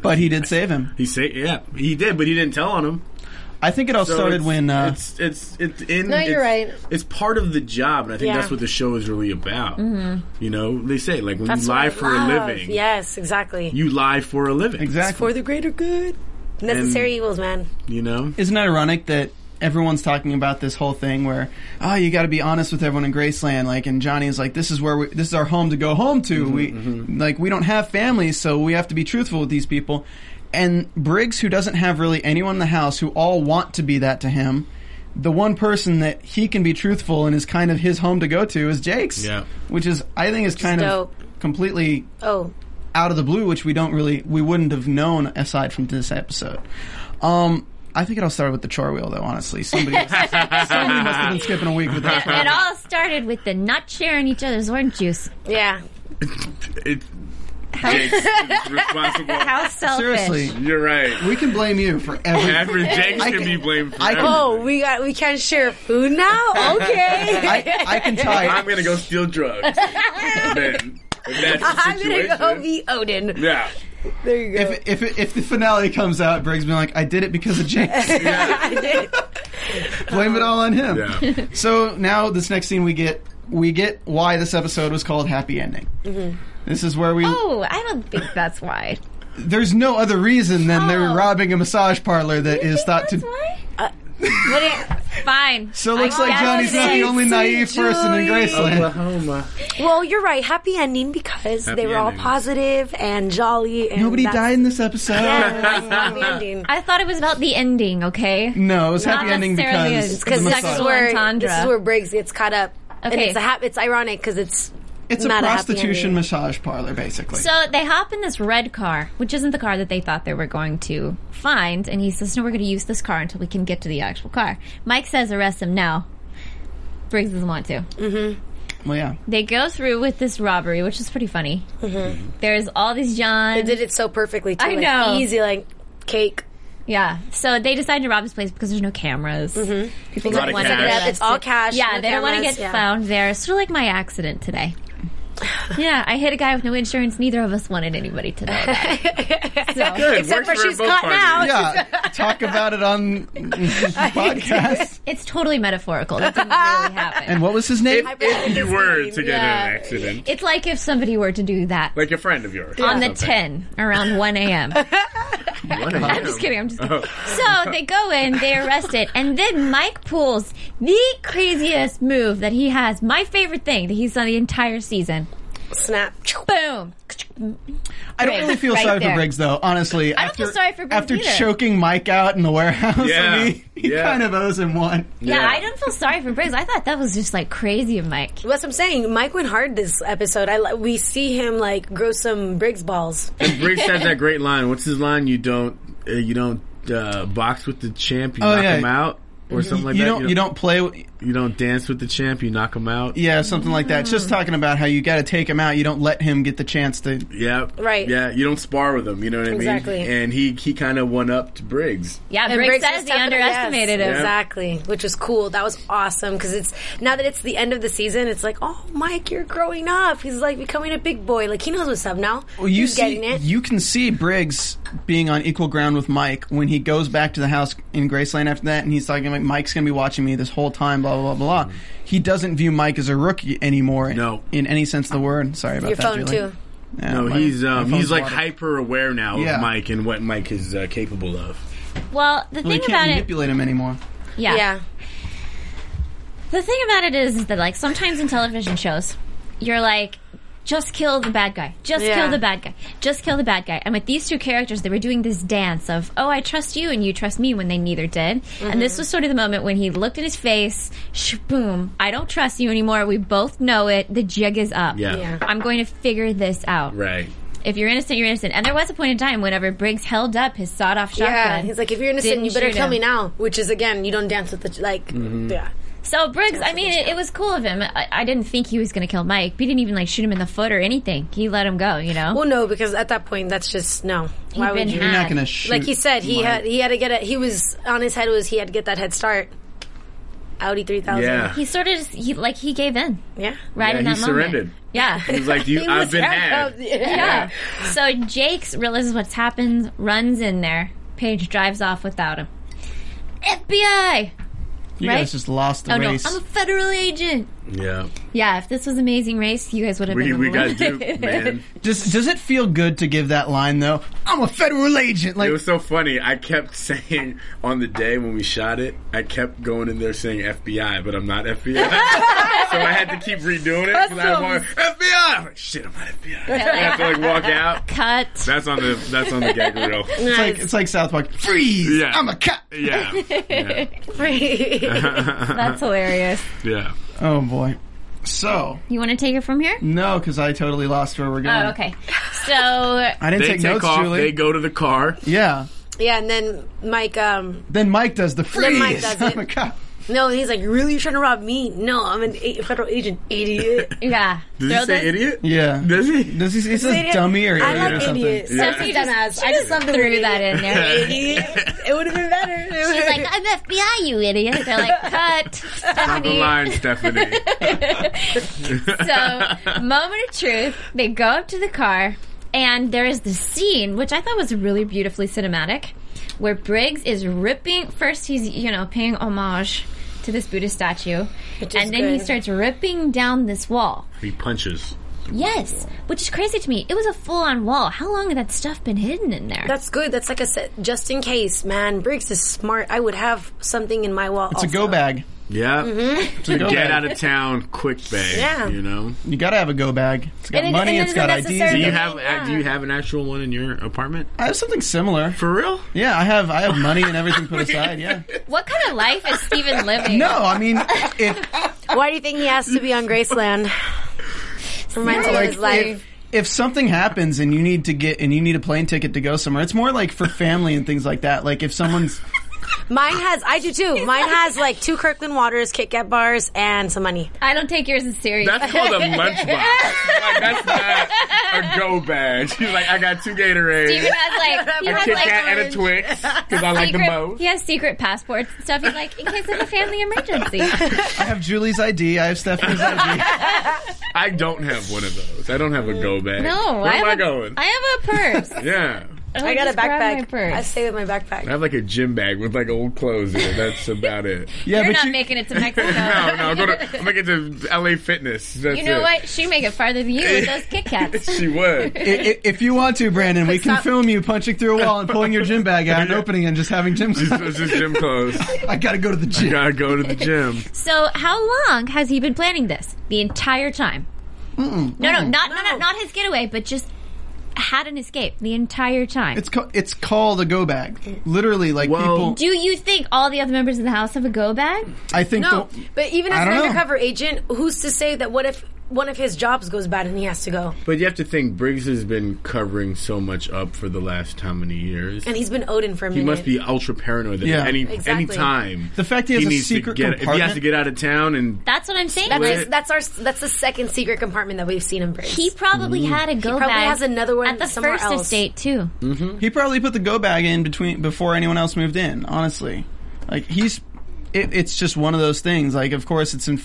Speaker 5: but he did save him.
Speaker 3: He say, "Yeah, he did," but he didn't tell on him.
Speaker 5: I think it all
Speaker 3: So
Speaker 5: started
Speaker 3: it's-
Speaker 5: when uh,
Speaker 3: it's it's it's in.
Speaker 4: No, you're
Speaker 3: it's-
Speaker 4: right.
Speaker 3: It's part of the job, and I think
Speaker 4: Yeah. Mm-hmm.
Speaker 3: that's what the show is really about. You know, they say like when
Speaker 4: That's
Speaker 3: you lie
Speaker 4: what I
Speaker 3: for
Speaker 4: love.
Speaker 3: a living,
Speaker 4: Yes, exactly.
Speaker 3: you lie for a living.
Speaker 5: exactly
Speaker 4: For the greater good. Necessary evils, man.
Speaker 3: You know,
Speaker 5: Isn't it ironic that everyone's talking about this whole thing where, oh, you got to be honest with everyone in Graceland, like, and Johnny is like, this is where we, this is our home to go home to.
Speaker 3: Mm-hmm,
Speaker 5: we like we don't have families, so we have to be truthful with these people. And Briggs, who doesn't have really anyone in the house, who all want to be that to him. The one person that he can be truthful and is kind of his home to go to is Jake's,
Speaker 3: Yeah.
Speaker 5: which is I think is kind
Speaker 4: dope.
Speaker 5: of completely
Speaker 4: Oh,
Speaker 5: out of the blue, which we don't really we wouldn't have known aside from this episode. Um, I think it all started with the char wheel, though. Honestly, somebody must, somebody must
Speaker 2: <laughs>
Speaker 5: have been skipping a week with that.
Speaker 2: it all started with the not sharing each other's orange juice.
Speaker 4: yeah.
Speaker 3: <laughs> it.
Speaker 4: <laughs>
Speaker 3: Jake's is responsible.
Speaker 2: How selfish.
Speaker 5: Seriously,
Speaker 3: You're right.
Speaker 5: we can blame you for everything.
Speaker 3: Every Jake's
Speaker 5: I
Speaker 3: can
Speaker 5: can-
Speaker 3: be blamed for
Speaker 5: I can-
Speaker 3: everything.
Speaker 4: Oh, we got we can't share food
Speaker 3: <laughs>
Speaker 4: now. Okay.
Speaker 5: I, I can
Speaker 3: I'm
Speaker 5: tie.
Speaker 3: gonna go steal drugs. Man, if that's
Speaker 4: <laughs>
Speaker 3: the
Speaker 4: I'm gonna
Speaker 3: situation.
Speaker 4: go be Odin.
Speaker 3: yeah.
Speaker 4: There you go.
Speaker 5: If, if if the finale comes out, Briggs been like, I did it because of James.
Speaker 2: <laughs>
Speaker 4: <laughs> I did.
Speaker 5: Blame it all on him. <laughs>
Speaker 3: Yeah.
Speaker 5: So now this next scene we get we get why this episode was called Happy Ending. This is where we
Speaker 2: Mm-hmm. Oh, I don't think that's why.
Speaker 5: there's no other reason than they're
Speaker 2: Oh.
Speaker 5: robbing a massage parlor that is thought to
Speaker 2: That's why.
Speaker 4: Uh,
Speaker 2: What it- fine.
Speaker 5: So it looks like
Speaker 2: guess
Speaker 5: Johnny's not the
Speaker 2: it's-
Speaker 5: only naive person in Graceland.
Speaker 3: Oklahoma.
Speaker 4: Well, you're right. Happy ending because
Speaker 3: Happy
Speaker 4: they were all
Speaker 3: ending.
Speaker 4: positive and jolly. And
Speaker 5: Nobody
Speaker 4: that's-
Speaker 5: died in this episode.
Speaker 4: Yeah, that's happy
Speaker 2: <laughs>
Speaker 4: ending.
Speaker 2: I thought it was about the ending. Okay.
Speaker 5: No, it was
Speaker 2: Not
Speaker 5: happy ending
Speaker 2: necessarily
Speaker 5: because
Speaker 2: is.
Speaker 5: of
Speaker 4: because
Speaker 5: the
Speaker 4: this
Speaker 2: Sex
Speaker 5: massage.
Speaker 4: is
Speaker 2: Massage.
Speaker 4: where
Speaker 2: Entendre.
Speaker 4: this is where Briggs gets caught up. And
Speaker 2: Okay.
Speaker 4: it's a hap- it's ironic because it's
Speaker 5: It's a
Speaker 4: not happy
Speaker 5: prostitution
Speaker 4: ending.
Speaker 5: massage parlor, basically.
Speaker 2: So they hop in this red car, which isn't the car that they thought they were going to find, and he says, "No, we're going to use this car until we can get to the actual car." Mike says, "Arrest him now." Briggs doesn't want to.
Speaker 5: well, yeah.
Speaker 2: They go through with this robbery, which is pretty funny. There's all these
Speaker 4: They
Speaker 2: John.
Speaker 4: did it so perfectly. Too.
Speaker 2: I
Speaker 4: like,
Speaker 2: know.
Speaker 4: easy like cake.
Speaker 2: Yeah. So they decide to rob this place because there's no cameras. People
Speaker 3: lot
Speaker 2: don't
Speaker 3: of
Speaker 2: want to
Speaker 3: cash.
Speaker 2: get
Speaker 3: Yeah,
Speaker 4: Mm-hmm. it's all
Speaker 2: arrested.
Speaker 4: cash,
Speaker 2: Yeah,
Speaker 4: no
Speaker 2: they don't want to
Speaker 4: cameras,
Speaker 2: get
Speaker 4: yeah.
Speaker 2: found there. It's sort of like my accident
Speaker 4: <laughs>
Speaker 2: today. yeah, I hit a guy with no insurance. Neither of us wanted anybody to know. That. So-
Speaker 3: Good.
Speaker 4: Except
Speaker 3: works
Speaker 4: for she's
Speaker 3: both
Speaker 4: caught
Speaker 3: parties.
Speaker 4: now.
Speaker 5: <laughs> Yeah, talk about it on
Speaker 2: <laughs>
Speaker 5: podcast.
Speaker 2: It's totally metaphorical. That didn't
Speaker 4: <laughs>
Speaker 2: really happen.
Speaker 5: And what was his name?
Speaker 3: If you were to get
Speaker 2: Yeah.
Speaker 3: in an accident,
Speaker 2: it's like if somebody were to do that
Speaker 3: like a friend of yours,
Speaker 2: on the 10 around
Speaker 5: <laughs>
Speaker 2: 1 a.m.
Speaker 3: I'm
Speaker 2: I'm just kidding. I'm just
Speaker 5: Oh.
Speaker 2: kidding. So they go in, they arrest it, and then Mike pulls the craziest move that he has. My favorite thing that he's done the entire season.
Speaker 4: snap.
Speaker 2: Boom.
Speaker 5: I don't really feel
Speaker 2: Right
Speaker 5: sorry
Speaker 2: there.
Speaker 5: for Briggs though, honestly.
Speaker 2: I don't
Speaker 5: after,
Speaker 2: feel sorry for Briggs
Speaker 5: After
Speaker 2: either.
Speaker 5: choking Mike out in the warehouse,
Speaker 3: Yeah,
Speaker 5: I mean, <laughs> he
Speaker 3: yeah.
Speaker 5: kind of owes him one.
Speaker 2: Yeah, I don't feel sorry for Briggs. I thought that was just like crazy of Mike.
Speaker 4: That's what I'm saying. Mike went hard this episode. I li- we see him like grow some Briggs balls.
Speaker 3: And Briggs had that great line. What's his line? You don't uh, you don't uh, box with the champ. You
Speaker 5: Oh,
Speaker 3: knock
Speaker 5: yeah.
Speaker 3: him out or something like
Speaker 5: you
Speaker 3: that.
Speaker 5: don't you don't play w-
Speaker 3: you don't dance with the champ. You knock him out.
Speaker 5: yeah, something like that. It's
Speaker 2: Hmm.
Speaker 5: Just talking about how you got to take him out. You don't let him get the chance to
Speaker 3: Yeah.
Speaker 4: Right.
Speaker 3: Yeah. You don't spar with him. You know what I mean?
Speaker 4: Exactly.
Speaker 3: And he he kind of one upped Briggs.
Speaker 2: Yeah,
Speaker 4: And
Speaker 2: Briggs,
Speaker 4: Briggs
Speaker 2: says
Speaker 4: was
Speaker 2: he
Speaker 4: tough, but yes,
Speaker 2: underestimated him.
Speaker 4: Exactly, which was cool. That was awesome because it's now that it's the end of the season, it's like, oh, Mike, you're growing up. He's like becoming a big boy. Like he knows what's up now.
Speaker 5: Well, you
Speaker 4: He's
Speaker 5: see,
Speaker 4: getting it.
Speaker 5: you can see Briggs being on equal ground with Mike when he goes back to the house in Graceland after that, and he's talking like Mike's gonna be watching me this whole time, blah blah blah blah. He doesn't view Mike as a rookie anymore,
Speaker 3: No.
Speaker 5: in any sense of the word. Sorry about
Speaker 4: Your
Speaker 5: that.
Speaker 4: phone,
Speaker 5: Julie.
Speaker 4: too.
Speaker 5: Yeah,
Speaker 3: No,
Speaker 5: my-
Speaker 3: he's
Speaker 5: my
Speaker 3: um,
Speaker 5: phone's
Speaker 3: he's like
Speaker 5: water.
Speaker 3: hyper aware now
Speaker 5: Yeah.
Speaker 3: of Mike and what Mike is uh, capable of.
Speaker 2: Well, the
Speaker 5: Well, you
Speaker 2: thing
Speaker 5: can't
Speaker 2: about it,
Speaker 5: manipulate him anymore.
Speaker 2: yeah. The thing about it is, is that like sometimes in television shows, you're like, just kill the bad guy, just
Speaker 4: Yeah.
Speaker 2: kill the bad guy, just kill the bad guy. And with these two characters, they were doing this dance of, oh, I trust you and you trust me when they neither did. And
Speaker 4: Mm-hmm.
Speaker 2: this was sort of the moment when he looked in his face, sh- boom, I don't trust you anymore. We both know it. The jig is up.
Speaker 3: Yeah.
Speaker 4: Yeah.
Speaker 2: I'm going to figure this out.
Speaker 3: Right.
Speaker 2: If you're innocent, you're innocent. And there was a point in time whenever Briggs held up his sawed-off shotgun.
Speaker 4: Yeah, he's like, if you're innocent,
Speaker 2: Didn't
Speaker 4: you better
Speaker 2: shoot
Speaker 4: kill
Speaker 2: him.
Speaker 4: me now. Which is again, you don't dance with the like.
Speaker 5: Mm-hmm.
Speaker 4: Yeah,
Speaker 2: So Briggs, I mean, it, it was cool of him. I, I didn't think he was going to kill Mike. He didn't even like shoot him in the foot or anything. He let him go, you know.
Speaker 4: Well, no, because at that point, that's just no. Why
Speaker 2: been
Speaker 4: would you?
Speaker 2: had-
Speaker 5: You're
Speaker 2: Yeah.
Speaker 5: not gonna shoot.
Speaker 4: Like he said, he
Speaker 5: Mike.
Speaker 4: had he had to get a he was on his head was he had to get that head start. Audi three thousand.
Speaker 3: Yeah.
Speaker 2: he sort of just, he like he gave in
Speaker 4: yeah.
Speaker 2: right
Speaker 3: Yeah,
Speaker 2: in
Speaker 3: he
Speaker 2: that moment.
Speaker 3: surrendered.
Speaker 2: Yeah.
Speaker 3: He's like, you, I've been
Speaker 2: <laughs>
Speaker 3: had.
Speaker 2: Oh, yeah. So Jake's realizes what's happened, runs in there. Paige drives off without him. FBI.
Speaker 5: you
Speaker 2: right?
Speaker 5: guys just lost the
Speaker 2: Oh
Speaker 5: race.
Speaker 2: no, I'm a federal agent.
Speaker 3: Yeah.
Speaker 2: Yeah, if this was Amazing Race, you guys would have
Speaker 3: We,
Speaker 2: been
Speaker 3: we got
Speaker 2: eliminated.
Speaker 3: duped, man.
Speaker 5: does does it feel good to give that line though? I'm a federal agent. Like
Speaker 3: It was so funny. I kept <laughs> saying on the day when we shot it, I kept going in there saying FBI, but I'm not FBI. so I had to keep redoing it because I wanted FBI. I'm like, shit, I'm not FBI. I have to like walk
Speaker 2: <laughs>
Speaker 3: out.
Speaker 2: Cut.
Speaker 3: <laughs> That's on the that's on the gag reel.
Speaker 5: it's like it's like South Park. Freeze!
Speaker 3: Yeah.
Speaker 5: I'm a cop.
Speaker 3: Yeah, yeah,
Speaker 2: That's hilarious.
Speaker 3: <laughs> yeah.
Speaker 5: Oh boy. So
Speaker 2: You want to take it from here?
Speaker 5: no, because I totally lost where we're going.
Speaker 2: Oh, okay. So
Speaker 5: I didn't
Speaker 3: They
Speaker 5: take,
Speaker 3: take,
Speaker 5: notes,
Speaker 3: off.
Speaker 5: Julie.
Speaker 3: They go to the car.
Speaker 5: Yeah.
Speaker 4: Yeah, and then Mike, um,
Speaker 5: Then Mike does the freeze. Oh
Speaker 4: Mike does
Speaker 5: <laughs>
Speaker 4: it.
Speaker 5: I'm a cop.
Speaker 4: no, he's like, really, you're trying to rob me? No, I'm an a- federal agent,
Speaker 5: <laughs>
Speaker 4: idiot.
Speaker 2: yeah,
Speaker 3: Does
Speaker 2: throw
Speaker 3: he say
Speaker 2: this-
Speaker 3: idiot?
Speaker 5: Yeah.
Speaker 3: Does he?
Speaker 5: Does he? He says dummy or
Speaker 4: I
Speaker 5: idiot or
Speaker 4: like
Speaker 5: something.
Speaker 4: idiots.
Speaker 3: Yeah.
Speaker 4: That's
Speaker 2: She
Speaker 4: dumb
Speaker 2: just-
Speaker 4: ass.
Speaker 2: she
Speaker 4: I just
Speaker 2: just
Speaker 4: love the
Speaker 2: threw
Speaker 4: word
Speaker 2: that in there.
Speaker 4: <laughs> Idiot. It would have been better.
Speaker 2: She's like,
Speaker 4: "Ah."
Speaker 2: I'm FBI, you idiot. They're like, cut,
Speaker 3: On the
Speaker 2: Stephanie.
Speaker 3: line, Stephanie.
Speaker 2: So, moment of truth. They go up to the car, and there is this scene, which I thought was really beautifully cinematic, where Briggs is ripping. First, he's, you know, paying homage to this Buddha statue, and
Speaker 4: Which is
Speaker 2: then he
Speaker 4: good.
Speaker 2: starts ripping down this wall.
Speaker 3: he punches.
Speaker 2: Yes, which is crazy to me. It was a full on wall. How long had that stuff been hidden in there?
Speaker 4: That's good. That's like I said, just in case, man. Briggs is smart. I would have something in my wall.
Speaker 5: It's a go bag.
Speaker 3: Yeah.
Speaker 5: It's a go
Speaker 3: Get
Speaker 5: bag.
Speaker 3: out of town quick, bag.
Speaker 4: Yeah.
Speaker 3: You know.
Speaker 5: You gotta have a go bag. It's got
Speaker 2: And it-
Speaker 5: money.
Speaker 2: and
Speaker 5: it's
Speaker 2: it
Speaker 5: got IDs.
Speaker 2: doesn't necessarily-
Speaker 3: Do you
Speaker 2: Yeah.
Speaker 3: have uh, Do you have an actual one in your apartment?
Speaker 5: I have something similar.
Speaker 3: For real?
Speaker 5: Yeah, I have. I have money and everything
Speaker 3: <laughs>
Speaker 5: put aside. Yeah.
Speaker 2: what kind of life is Steven living?
Speaker 5: No, I mean, if
Speaker 4: Why do you think he has to be on <laughs> Graceland? Reminds me of
Speaker 5: like
Speaker 4: his life.
Speaker 5: if, if something happens and you need to get and you need a plane ticket to go somewhere, it's more like for family and things like that. Like if someone's
Speaker 4: Mine has. I do too. Mine has like two Kirkland Waters, Kit Kat bars, and some money.
Speaker 2: I don't take yours as serious.
Speaker 3: That's called a <laughs> lunchbox. like, that's not a go bag. She's like, I got two Gatorades,
Speaker 2: Steven has
Speaker 3: <laughs>
Speaker 2: like he
Speaker 3: a
Speaker 2: has
Speaker 3: Kit
Speaker 2: like
Speaker 3: Kat, and a Twix because I like them
Speaker 2: secret,
Speaker 3: both.
Speaker 2: he has secret passports and stuff. He's like in case of a family
Speaker 3: <laughs>
Speaker 2: emergency.
Speaker 5: I have Julie's ID, I have Stephanie's ID.
Speaker 3: I don't have one of those. I don't have a go bag.
Speaker 2: No,
Speaker 3: where
Speaker 2: I
Speaker 3: am
Speaker 2: have
Speaker 3: I
Speaker 2: a-
Speaker 3: going?
Speaker 2: I have a
Speaker 3: <laughs>
Speaker 2: purse.
Speaker 3: yeah,
Speaker 4: I got a
Speaker 2: just grab my
Speaker 4: backpack.
Speaker 2: purse.
Speaker 4: I stay with my backpack.
Speaker 3: I have like a gym bag with like old clothes in it. That's about it.
Speaker 2: <laughs>
Speaker 5: Yeah,
Speaker 2: You're
Speaker 5: but
Speaker 2: not
Speaker 5: you,
Speaker 2: making it to Mexico.
Speaker 3: no,
Speaker 2: <laughs>
Speaker 3: no, go to I'm gonna get to LA Fitness. That's
Speaker 2: You know
Speaker 3: it.
Speaker 2: what? She make it farther than you with those Kit Kats.
Speaker 3: <laughs> She would.
Speaker 5: i- i- if you want to, Brandon, we can
Speaker 4: stop.
Speaker 5: film you punching through a wall and pulling your gym bag
Speaker 3: <laughs>
Speaker 5: out and opening it and just having gym.
Speaker 3: It's it's just gym clothes.
Speaker 5: <laughs> I gotta go to the gym.
Speaker 2: <laughs>
Speaker 3: Gotta go to the gym.
Speaker 2: So how long has he been planning this? The entire time. No, no, not, no, no, not his getaway, but just had an escape the entire time.
Speaker 5: It's ca- it's called a go bag. Literally, like
Speaker 3: Whoa.
Speaker 5: people.
Speaker 2: Do you think all the other members of the house have a go bag?
Speaker 5: I think
Speaker 4: No,
Speaker 5: the-
Speaker 4: but even
Speaker 5: I
Speaker 4: as an
Speaker 5: don't know.
Speaker 4: undercover agent, who's to say that what if one of his jobs goes bad and he has to go?
Speaker 3: But you have to think Briggs has been covering so much up for the last how many years.
Speaker 4: And he's been Odin for a
Speaker 3: he
Speaker 4: minute.
Speaker 3: must be ultra paranoid that
Speaker 5: Yeah.
Speaker 3: any
Speaker 4: Exactly.
Speaker 3: any time
Speaker 5: The fact he has a
Speaker 3: needs
Speaker 5: secret
Speaker 3: to get if he has
Speaker 5: compartment-
Speaker 3: to get out of town and
Speaker 2: That's what I'm saying.
Speaker 4: That's,
Speaker 2: Like,
Speaker 4: his- that's our. That's the second secret compartment that we've seen him break.
Speaker 2: he probably had a go
Speaker 4: Mm. probably
Speaker 2: bag.
Speaker 4: has another one
Speaker 2: at the
Speaker 4: somewhere
Speaker 2: first
Speaker 4: else. Mm.
Speaker 2: estate too.
Speaker 5: he probably put the go bag in between before anyone else moved in. Honestly, like he's. It, it's just one of those things. Like, of course, it's in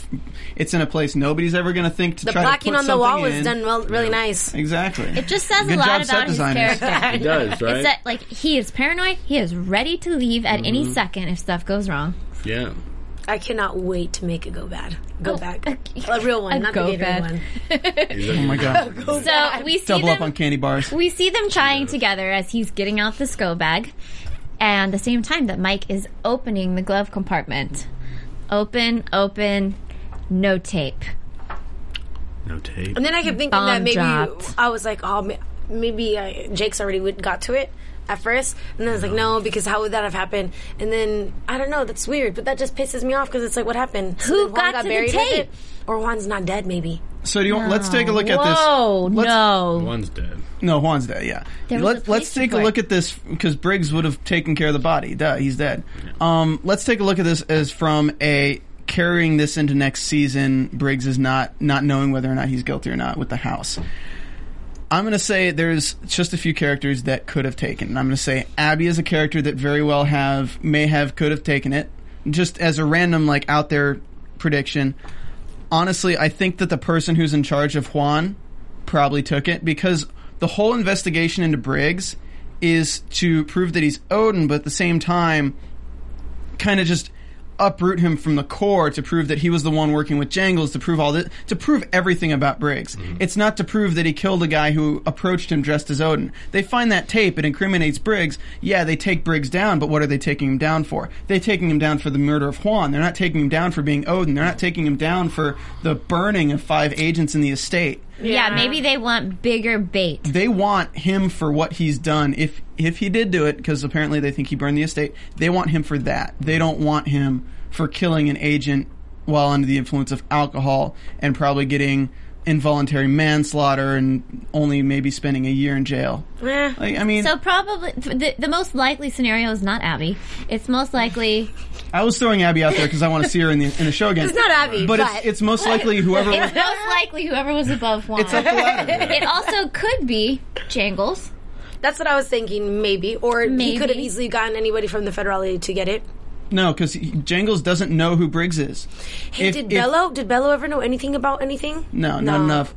Speaker 5: it's in a place nobody's ever going to think to
Speaker 4: the
Speaker 5: try to
Speaker 4: blocking
Speaker 5: put
Speaker 4: on the wall
Speaker 5: something
Speaker 4: was
Speaker 5: in.
Speaker 4: done well, really nice.
Speaker 5: Exactly.
Speaker 2: It just says
Speaker 5: Good
Speaker 2: a lot
Speaker 5: job, set
Speaker 2: about his
Speaker 5: designers.
Speaker 4: <laughs>
Speaker 2: character.
Speaker 3: he does right.
Speaker 2: It's that like he is paranoid. He is ready to leave at
Speaker 4: Mm-hmm.
Speaker 2: any second if stuff goes wrong.
Speaker 3: yeah.
Speaker 4: I cannot wait to make it go bad. Go
Speaker 2: Oh,
Speaker 4: back.
Speaker 2: okay.
Speaker 4: A real
Speaker 2: A
Speaker 4: one, not
Speaker 2: go
Speaker 4: the Gatorade
Speaker 2: bad.
Speaker 4: one.
Speaker 5: oh my god!
Speaker 2: So we see
Speaker 5: Double
Speaker 2: them.
Speaker 5: up on candy bars.
Speaker 2: we see them trying together as he's getting out this go bag, and the same time that Mike is opening the glove compartment. Open, open, no tape.
Speaker 3: No
Speaker 2: Um,
Speaker 3: tape.
Speaker 4: And then I kept thinking
Speaker 2: Bomb
Speaker 4: that maybe
Speaker 2: dropped.
Speaker 4: I was like, oh, ma- maybe uh, Jake's already would, got to it at first, and then I was like, no, because how would that have happened? And then I don't know, that's weird, but that just pisses me off because it's like, what happened? So
Speaker 2: Who
Speaker 4: then Juan
Speaker 2: got to the
Speaker 4: with
Speaker 2: tape?
Speaker 4: it? Or Juan's not dead, maybe.
Speaker 5: So do you want, let's take a look at this.
Speaker 2: Whoa,
Speaker 5: Let's-
Speaker 2: no.
Speaker 3: One's dead.
Speaker 5: No, Juan's dead. Yeah.
Speaker 2: There was a
Speaker 5: Let,
Speaker 2: police
Speaker 5: let's take a
Speaker 2: report.
Speaker 5: look at this because Briggs would have taken care of the body. Duh, he's dead. Um, let's take a look at this as from a carrying this into next season. Briggs is not not knowing whether or not he's guilty or not with the house. I'm going to say there's just a few characters that could have taken. And I'm going to say Abby is a character that very well have may have could have taken it. Just as a random like out there prediction. Honestly, I think that the person who's in charge of Juan probably took it because the whole investigation into Briggs is to prove that he's Odin, but at the same time, kind of just uproot him from the core to prove that he was the one working with Jangles to prove all this to prove everything about Briggs. It's not to prove that he killed a guy who approached him dressed as Odin. They find that tape, it incriminates Briggs. Yeah, they take Briggs down, but what are they taking him down for? They're taking him down for the murder of Juan. They're not taking him down for being Odin. They're not taking him down for the burning of five agents in the estate
Speaker 2: Yeah, maybe they want bigger bait.
Speaker 5: they want him for what he's done if if he did do it because apparently they think he burned the estate they want him for that they don't want him for killing an agent while under the influence of alcohol and probably getting involuntary manslaughter and only maybe spending a year in jail
Speaker 4: Eh.
Speaker 5: like, i mean
Speaker 2: So probably the, the most likely scenario is not Abby. It's most likely
Speaker 5: i was throwing abby out there because i want to see her in the in the show again
Speaker 4: It's not Abby,
Speaker 5: but,
Speaker 4: but-
Speaker 5: it's, it's most
Speaker 4: <laughs>
Speaker 5: likely whoever
Speaker 2: it's most likely whoever was above Juan.
Speaker 5: it's up the ladder
Speaker 2: it also could be Jangles.
Speaker 4: That's what I was thinking, maybe. Or
Speaker 2: Maybe.
Speaker 4: he could have easily gotten anybody from the federality to get it.
Speaker 5: no because jangles doesn't know who briggs is
Speaker 4: Hey,
Speaker 5: If-
Speaker 4: did
Speaker 5: if-
Speaker 4: Bello? Did Bello ever know anything about anything?
Speaker 5: No, not enough.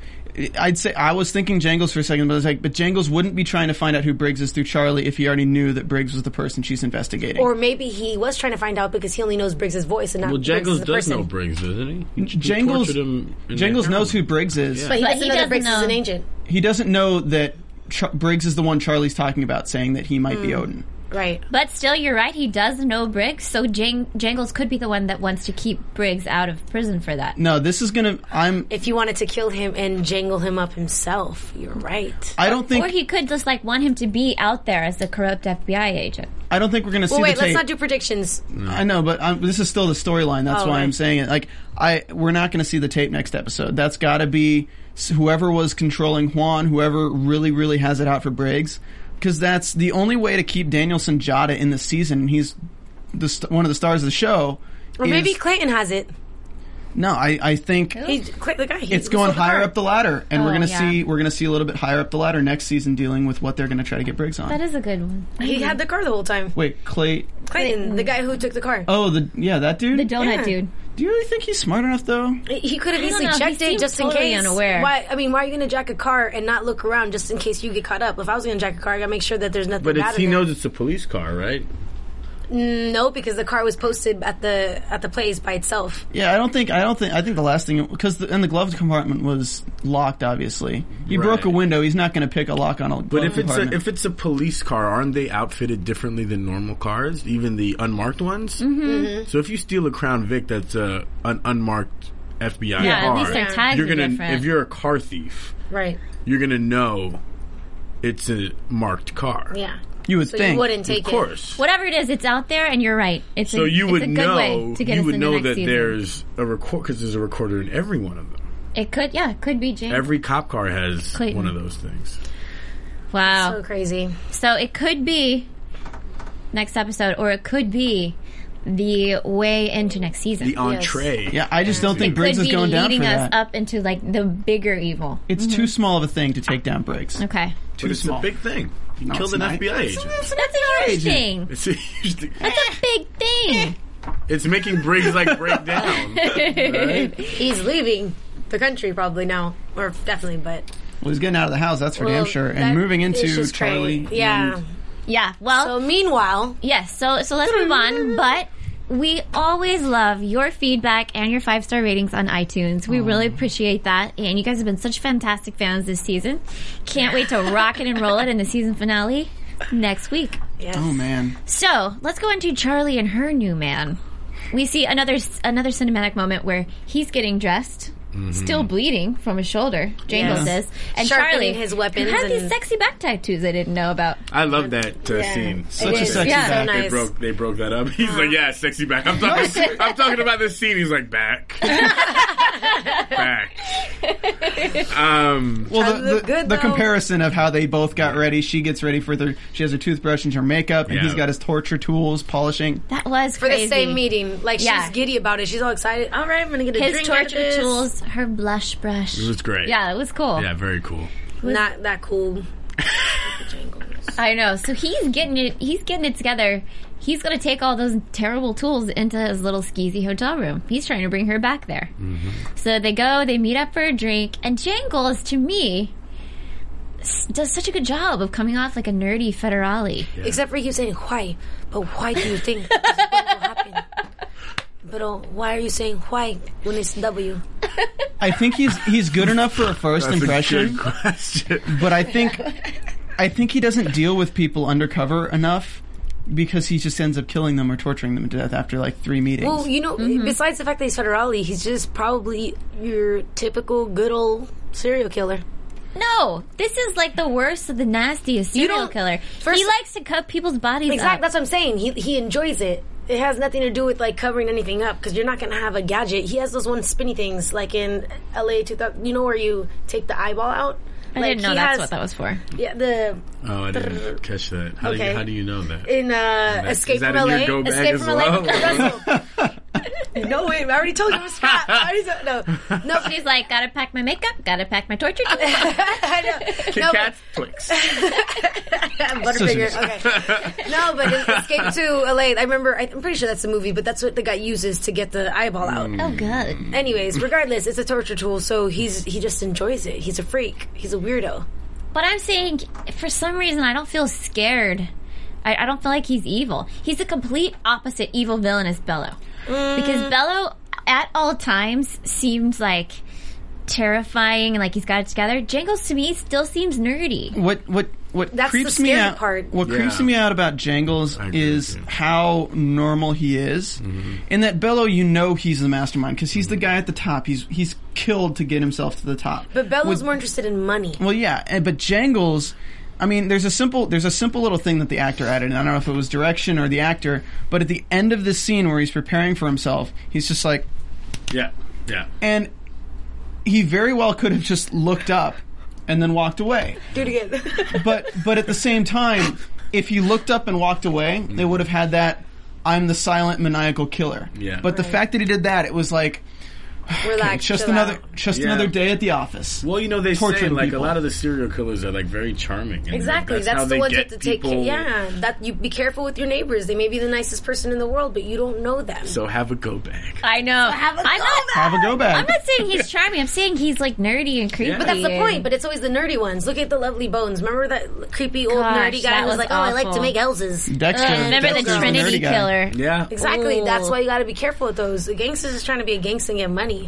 Speaker 5: I'd say I was thinking Jangles for a second, but I was like, but Jangles wouldn't be trying to find out who Briggs is through Charlie if he already knew that Briggs was the person she's investigating.
Speaker 4: Or maybe he was trying to find out because he only knows Briggs's voice and not
Speaker 3: Well, Jangles
Speaker 4: Briggs the
Speaker 3: does
Speaker 4: person.
Speaker 3: know Briggs, doesn't he? he
Speaker 5: Jangles,
Speaker 3: tortured him in the
Speaker 5: Jangles knows who
Speaker 3: apartment.
Speaker 5: Briggs is.
Speaker 4: but he
Speaker 2: But
Speaker 4: doesn't
Speaker 2: he
Speaker 4: know
Speaker 2: doesn't
Speaker 4: that Briggs
Speaker 2: know.
Speaker 4: is an agent,
Speaker 5: He doesn't know that Char- Briggs is the one Charlie's talking about, saying that he might be
Speaker 4: Hmm.
Speaker 5: Odin.
Speaker 4: right?
Speaker 2: But still, you're right. He does know Briggs, so Jang- Jangles could be the one that wants to keep Briggs out of prison for that.
Speaker 5: No, this is gonna. I'm.
Speaker 4: If you wanted to kill him and jangle him up himself, you're right.
Speaker 5: I don't
Speaker 2: or
Speaker 5: think.
Speaker 2: he could just like want him to be out there as the corrupt FBI agent.
Speaker 5: I don't think we're gonna see
Speaker 4: Well, wait,
Speaker 5: the tape.
Speaker 4: let's not do predictions.
Speaker 5: I know, but i this is still the storyline. That's
Speaker 4: Oh,
Speaker 5: why
Speaker 4: right.
Speaker 5: I'm saying it. Like, I we're not going to see the tape next episode. That's got to be s- whoever was controlling Juan, whoever really, really has it out for Briggs, because that's the only way to keep Danielson Jada in the season. And he's the st- one of the stars of the show.
Speaker 4: Or maybe
Speaker 5: is-
Speaker 4: Clayton has it.
Speaker 5: no, I, I think
Speaker 4: He, Clay, the guy, he
Speaker 5: it's going
Speaker 4: sold the
Speaker 5: higher
Speaker 4: car.
Speaker 5: up the ladder, and we're
Speaker 2: Oh,
Speaker 5: gonna
Speaker 2: yeah.
Speaker 5: see we're gonna see a little bit higher up the ladder next season, dealing with what they're gonna try to get Briggs on.
Speaker 2: That is a good one.
Speaker 4: He had the car the whole time.
Speaker 5: Wait, Clay.
Speaker 4: Clayton, the guy who took the car.
Speaker 5: Oh, the yeah, that dude.
Speaker 2: The donut
Speaker 4: Yeah.
Speaker 2: dude.
Speaker 5: Do you really think he's smart enough though?
Speaker 4: He could
Speaker 2: I don't
Speaker 4: have easily
Speaker 2: know, he
Speaker 4: checked it
Speaker 2: seemed
Speaker 4: just
Speaker 2: totally
Speaker 4: in case.
Speaker 2: unaware.
Speaker 4: Why? I mean, why are you going to jack a car and not look around just in case you get caught up? If I was going to jack a car, I got to make sure that there's nothing.
Speaker 3: But
Speaker 4: bad
Speaker 3: it's,
Speaker 4: in
Speaker 3: he
Speaker 4: it.
Speaker 3: knows it's a police car, right?
Speaker 4: No, because the car was posted at the at the place by itself.
Speaker 5: Yeah, I don't think I don't think I think the last thing because the, and the glove compartment was locked. Obviously, you
Speaker 3: Right.
Speaker 5: broke a window. He's not going to pick a lock on a glove
Speaker 3: But if it's
Speaker 5: compartment.
Speaker 3: a, if it's a police car, aren't they outfitted differently than normal cars,
Speaker 5: Mm-hmm.
Speaker 3: even the unmarked ones? Mm-hmm. So if you steal a Crown Vic that's a, an unmarked FBI
Speaker 2: Yeah, at
Speaker 3: car,
Speaker 2: least their tags
Speaker 3: you're
Speaker 2: are
Speaker 3: gonna
Speaker 2: different.
Speaker 3: if you're a car thief,
Speaker 4: Right.
Speaker 3: you're gonna know it's a marked car.
Speaker 4: Yeah.
Speaker 5: You would
Speaker 4: So
Speaker 5: think.
Speaker 4: you wouldn't take
Speaker 3: of course.
Speaker 2: Whatever it is, it's out there, and you're right. It's
Speaker 3: So
Speaker 2: a,
Speaker 3: you
Speaker 2: it's
Speaker 3: would
Speaker 2: a good
Speaker 3: know
Speaker 2: way to get
Speaker 3: you
Speaker 2: us
Speaker 3: would
Speaker 2: into
Speaker 3: know
Speaker 2: next
Speaker 3: that
Speaker 2: season.
Speaker 3: there's a record because there's a recorder in every one of them.
Speaker 2: it could yeah it could be James.
Speaker 3: Every cop car has
Speaker 2: Clayton.
Speaker 3: one of those things.
Speaker 2: wow.
Speaker 4: So crazy.
Speaker 2: So it could be next episode, or it could be the way into next season.
Speaker 3: The entree.
Speaker 5: yeah, I just don't think Briggs
Speaker 2: could
Speaker 5: is
Speaker 2: be
Speaker 5: going down for
Speaker 2: leading us
Speaker 5: that.
Speaker 2: up into like the bigger evil.
Speaker 5: It's
Speaker 4: Mm-hmm.
Speaker 5: too small of a thing to take down Briggs.
Speaker 2: Okay,
Speaker 3: But
Speaker 5: Too
Speaker 3: it's
Speaker 5: small.
Speaker 3: a big thing. You
Speaker 5: No,
Speaker 3: killed
Speaker 5: it's
Speaker 3: an
Speaker 5: not.
Speaker 3: FBI agent.
Speaker 2: that's a huge thing.
Speaker 3: It's <laughs> a huge thing.
Speaker 2: That's a big thing.
Speaker 3: It's making Briggs like break down.
Speaker 4: <laughs>
Speaker 3: right?
Speaker 4: He's leaving the country probably now, or definitely, but
Speaker 5: Well, he's getting out of the house, that's for damn
Speaker 4: Well,
Speaker 5: sure.
Speaker 4: that
Speaker 5: And moving
Speaker 4: is
Speaker 5: into
Speaker 4: just crazy.
Speaker 5: Charlie.
Speaker 4: Yeah.
Speaker 5: and-
Speaker 2: Yeah. Well,
Speaker 4: so meanwhile,
Speaker 2: Yes, so so let's move on, but we always love your feedback and your five star ratings on iTunes. We really appreciate that. And you guys have been such fantastic fans this season. Can't wait to rock it and roll it in the season finale next week.
Speaker 4: yes.
Speaker 5: oh man,
Speaker 2: So let's go into Charlie and her new man. We see another another cinematic moment where he's getting dressed,
Speaker 3: Mm-hmm.
Speaker 2: still bleeding from his shoulder. Jango
Speaker 4: Yes.
Speaker 2: says, and
Speaker 4: Sharpening
Speaker 2: Charlie
Speaker 4: his weapons
Speaker 2: has these
Speaker 4: and-
Speaker 2: sexy back tattoos I didn't know about.
Speaker 3: I love that uh,
Speaker 4: Yeah.
Speaker 3: scene.
Speaker 5: such a
Speaker 4: is.
Speaker 5: sexy
Speaker 2: Yeah. So
Speaker 5: back.
Speaker 3: They
Speaker 4: nice.
Speaker 3: broke. They broke that up. <laughs> He's like, "Yeah, sexy back." I'm talking. <laughs> I'm talking about this scene. He's
Speaker 4: <laughs>
Speaker 3: like, "Back, back." Um,
Speaker 5: Well,
Speaker 4: Charlie
Speaker 5: the,
Speaker 4: looked
Speaker 5: the,
Speaker 4: good,
Speaker 5: the
Speaker 4: though.
Speaker 5: comparison of how they both got ready. She gets ready for their. She has her toothbrush and her makeup, and
Speaker 3: Yeah.
Speaker 5: he's got his torture tools, polishing.
Speaker 2: That was
Speaker 4: for
Speaker 2: crazy.
Speaker 4: the same meeting, like
Speaker 2: Yeah.
Speaker 4: she's giddy about it. She's all excited. All right, I'm gonna get a
Speaker 2: His
Speaker 4: drink. out of
Speaker 2: torture
Speaker 4: this."
Speaker 2: tools, her blush brush.
Speaker 3: it was great.
Speaker 2: Yeah, it was cool.
Speaker 3: Yeah, very cool.
Speaker 4: Not that cool.
Speaker 2: I know. So he's getting it. He's getting it together. He's gonna take all those terrible tools into his little skeezy hotel room. He's trying to bring her back there. So they go. They meet up for a drink. And Jangles, to me, s- does such a good job of coming off like a nerdy federale.
Speaker 4: Except for you saying why, but why do you think this is what
Speaker 2: <laughs>
Speaker 4: will happen? But oh, why are you saying why when it's W?
Speaker 5: I think he's he's good enough for a first
Speaker 3: That's a
Speaker 5: impression,
Speaker 3: good <laughs> question.
Speaker 5: but I
Speaker 4: <laughs>
Speaker 5: think I think he doesn't deal with people undercover enough because he just ends up killing them or torturing them to death after like three meetings.
Speaker 4: Well, you know,
Speaker 2: Mm-hmm.
Speaker 4: besides the fact that he's federale, he's just probably your typical good old serial killer.
Speaker 2: No, this is like the worst of the nastiest serial
Speaker 4: don't-
Speaker 2: killer.
Speaker 4: first-
Speaker 2: he likes to cut people's bodies
Speaker 4: Exactly.
Speaker 2: up.
Speaker 4: That's what I'm saying. He he enjoys it. It has nothing to do with like covering anything up because you're not gonna have a gadget. He has those one spinny things like in L.A. 2000. You know where you take the eyeball out.
Speaker 2: I didn't know that's what that was
Speaker 4: <laughs>
Speaker 2: for.
Speaker 4: Yeah, the
Speaker 3: Oh, I didn't catch that. How, do,
Speaker 4: Okay.
Speaker 3: you, how do you know that?
Speaker 4: in uh,
Speaker 3: Is
Speaker 4: Escape
Speaker 3: that
Speaker 4: from
Speaker 3: in
Speaker 4: LA.
Speaker 3: your go bag
Speaker 4: Escape
Speaker 3: as
Speaker 4: from LA.
Speaker 3: well? <laughs>
Speaker 4: Russell. no, wait, I already told you it was Scott. I already said, no, no, <laughs>
Speaker 2: She's like, gotta pack my makeup, gotta pack my torture tools.
Speaker 4: I know. <laughs>
Speaker 3: Kit
Speaker 4: no,
Speaker 3: Kat Twix.
Speaker 4: Butterfinger. Okay. No, but in Escape to LA. I remember. I'm pretty sure that's the movie, but that's what the guy uses to get the eyeball out.
Speaker 2: oh, good.
Speaker 4: Anyways, regardless, it's a torture tool, so he's he just enjoys it. He's a freak. He's a weirdo.
Speaker 2: But I'm saying, for some reason, I don't feel scared. I, I don't feel like he's evil. He's the complete opposite evil villain as Bello. Because Bello, at all times, seems like terrifying and like he's got it together. Jangles, to me, still seems nerdy.
Speaker 5: what what what
Speaker 4: That's the
Speaker 5: creeps me
Speaker 4: scary
Speaker 5: out
Speaker 4: part.
Speaker 5: what creeps
Speaker 3: Yeah.
Speaker 5: me out about Jangles
Speaker 3: agree
Speaker 5: is
Speaker 3: with you. Mm-hmm.
Speaker 5: how normal he is and that Bello you know he's the mastermind because he's the guy at the top he's he's killed to get himself to the top
Speaker 4: But Bello's
Speaker 5: With-
Speaker 4: more interested in money.
Speaker 5: well yeah and, but Jangles I mean there's a simple there's a simple little thing that the actor added and I don't know if it was direction or the actor but at the end of this scene where he's preparing for himself he's just like
Speaker 3: Yeah, yeah.
Speaker 5: and he very well could have just looked up and then walked away
Speaker 4: Do it again.
Speaker 5: <laughs> but but at the same time, if he looked up and walked away, they would have had that I'm the silent maniacal killer.
Speaker 3: Yeah.
Speaker 5: But the fact that he did that, it was like
Speaker 4: Relax.
Speaker 5: it's just
Speaker 4: chill
Speaker 5: another
Speaker 4: out.
Speaker 5: just
Speaker 3: Yeah.
Speaker 5: another day at the office.
Speaker 3: Well, you know they say
Speaker 5: Torturing
Speaker 3: like
Speaker 5: people.
Speaker 3: a lot of the serial killers are like very charming. and
Speaker 4: Exactly. That's,
Speaker 3: how
Speaker 4: the
Speaker 3: they
Speaker 4: ones
Speaker 3: get
Speaker 4: that to take.
Speaker 3: people-
Speaker 4: Yeah, that you be careful with your neighbors. They may be the nicest person in the world, but you don't know them.
Speaker 3: So have a go bag.
Speaker 2: I know.
Speaker 4: have a
Speaker 2: I'm not,
Speaker 4: callback.
Speaker 5: Have a go
Speaker 2: I'm
Speaker 5: bag.
Speaker 2: not saying he's charming. I'm saying he's like nerdy and creepy.
Speaker 3: Yeah. But
Speaker 4: That's the
Speaker 2: and-
Speaker 4: point, but it's always the nerdy ones. Look at the lovely bones. Remember that creepy old
Speaker 2: Gosh,
Speaker 4: nerdy guy
Speaker 2: that
Speaker 4: who was
Speaker 2: was
Speaker 4: like, "Oh, I like to
Speaker 2: awful.
Speaker 4: make houses."
Speaker 5: Dexter.
Speaker 2: Remember
Speaker 5: Dexter's
Speaker 2: the Trinity
Speaker 5: nerdy guy.
Speaker 2: killer? <laughs>
Speaker 3: Yeah.
Speaker 4: Exactly.
Speaker 2: Ooh.
Speaker 4: That's why you got to be careful with those. The gangsters is trying to be a gangster and get money.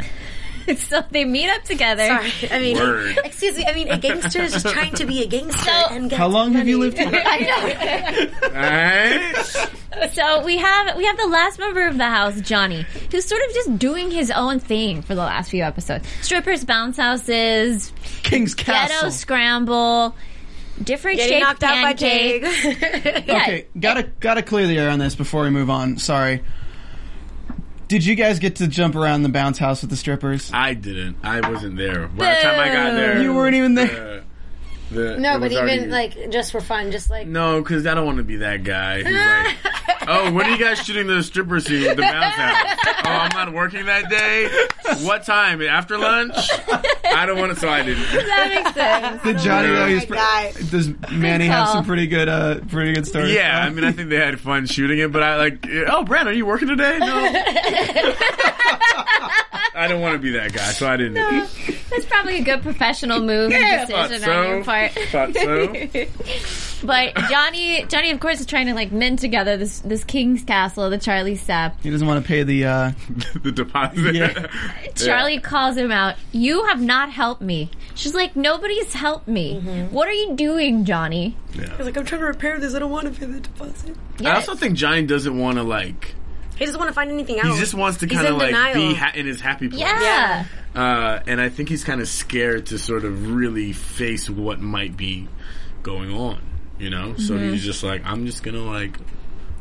Speaker 2: so they meet up together.
Speaker 4: Sorry, I mean,
Speaker 3: <laughs> Word.
Speaker 4: excuse me. I mean, a gangster is just trying to be a gangster
Speaker 2: So-
Speaker 4: and get
Speaker 5: How long have you lived?
Speaker 4: money.
Speaker 5: With
Speaker 2: I know.
Speaker 4: <laughs>
Speaker 3: Alright.
Speaker 2: So we have we have the last member of the house, Johnny, who's sort of just doing his own thing for the last few episodes. Strippers, bounce houses,
Speaker 5: King's
Speaker 2: ghetto
Speaker 5: Castle.
Speaker 2: scramble, different
Speaker 7: Getting
Speaker 2: shaped
Speaker 7: knocked out
Speaker 4: <laughs>
Speaker 7: by
Speaker 2: pancakes.
Speaker 7: Jake.
Speaker 2: Yeah.
Speaker 5: Okay, gotta gotta clear the air on this before we move on. Sorry. Did you guys get to jump around the bounce house with the strippers?
Speaker 3: I didn't. I wasn't there. By the time I got there,
Speaker 5: You weren't even there.
Speaker 3: uh, the-
Speaker 4: No, but
Speaker 3: it was
Speaker 4: even
Speaker 3: already-
Speaker 4: like just for fun, just like
Speaker 3: No, because I don't want to be that guy. Who's
Speaker 4: <laughs>
Speaker 3: like, oh, when are you guys shooting the stripper scene with the bounce house? Oh, I'm not working that day. What time? After lunch? I don't want to. So I didn't.
Speaker 2: That makes sense.
Speaker 5: Did Johnny
Speaker 3: Oh
Speaker 5: though?
Speaker 3: my
Speaker 5: He's pre- does Manny have
Speaker 2: so.
Speaker 5: some pretty good uh pretty good stories?
Speaker 3: Yeah, I mean, I think they had fun shooting it, but I like. Oh, Brad, are you working
Speaker 4: <laughs>
Speaker 3: today? No. I don't want to be that guy, so I didn't.
Speaker 2: That's probably a good professional move and
Speaker 3: thought
Speaker 2: decision on
Speaker 3: so.
Speaker 2: your part.
Speaker 3: Thought so.
Speaker 4: <laughs>
Speaker 2: But Johnny, Johnny, of course, is trying to like mend together this this king's castle, the Charlie Step.
Speaker 5: He doesn't want to pay the uh
Speaker 3: the deposit.
Speaker 5: Yeah.
Speaker 2: Charlie calls him out. You have not helped me. She's like, nobody's helped me. What are you doing, Johnny?
Speaker 7: He's like, I'm trying to repair this. I don't want to pay the deposit.
Speaker 3: I also think Johnny doesn't want to like.
Speaker 4: he doesn't want to find anything
Speaker 3: He
Speaker 4: out.
Speaker 3: just wants to
Speaker 4: He's
Speaker 3: kind of
Speaker 4: in
Speaker 3: like
Speaker 4: denial.
Speaker 3: be ha- in his happy place.
Speaker 2: Yeah.
Speaker 7: Yeah.
Speaker 3: Uh, and I think he's kind of scared to sort of really face what might be going on, you know? So he's just like, I'm just gonna like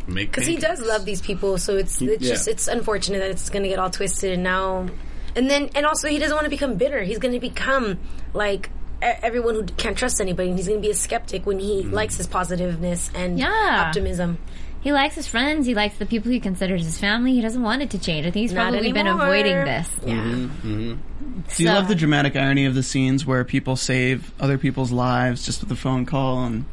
Speaker 3: make
Speaker 4: because Mm-hmm. he does love these people. So it's it's
Speaker 3: yeah.
Speaker 4: just it's unfortunate that it's going to get all twisted and now, and then and also he doesn't want to become bitter. He's going to become like e- everyone who can't trust anybody. and He's going to be a skeptic when he
Speaker 3: Mm.
Speaker 4: likes his positiveness and
Speaker 2: Yeah.
Speaker 4: optimism.
Speaker 2: He likes his friends. He likes the people he considers his family. He doesn't want it to change. I think he's
Speaker 4: Not
Speaker 2: probably been
Speaker 4: anymore.
Speaker 2: avoiding this.
Speaker 5: Do you
Speaker 2: So-
Speaker 5: love the dramatic irony of the scenes where people save other people's lives just with a phone call and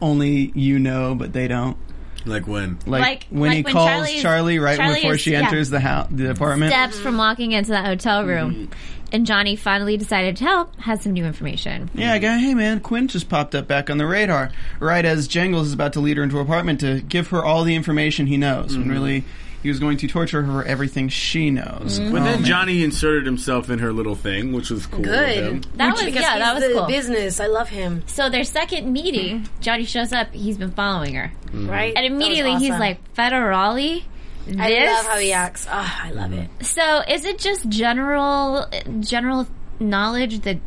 Speaker 5: only you know but they don't?
Speaker 3: Like when?
Speaker 5: Like,
Speaker 2: Like-
Speaker 5: when
Speaker 2: like
Speaker 5: he
Speaker 2: when
Speaker 5: calls
Speaker 2: Charlie's-
Speaker 5: Charlie right
Speaker 2: Charlie
Speaker 5: before
Speaker 2: is-
Speaker 5: she
Speaker 2: yeah.
Speaker 5: enters the house the apartment.
Speaker 2: Steps from walking into that hotel room. And Johnny finally decided to help, has some new information.
Speaker 5: Yeah, I go, hey man, Quinn just popped up back on the radar. Right as Jangles is about to lead her into her apartment to give her all the information he knows. When really, he was going to torture her for everything she knows.
Speaker 3: But then Johnny inserted himself in her little thing, which was cool.
Speaker 4: Good.
Speaker 3: Of him.
Speaker 2: That was
Speaker 4: Because
Speaker 2: yeah, that
Speaker 4: he's
Speaker 2: was
Speaker 4: the
Speaker 2: cool.
Speaker 4: business. I love him.
Speaker 2: so their second meeting, Johnny shows up. He's been following her,
Speaker 5: Mm-hmm.
Speaker 4: Right,
Speaker 2: and
Speaker 4: That was
Speaker 2: immediately he's
Speaker 4: awesome.
Speaker 2: like, "Federale." This?
Speaker 4: I love how he acts. Oh, I
Speaker 5: Mm-hmm.
Speaker 4: love it.
Speaker 2: So, is it just general general knowledge that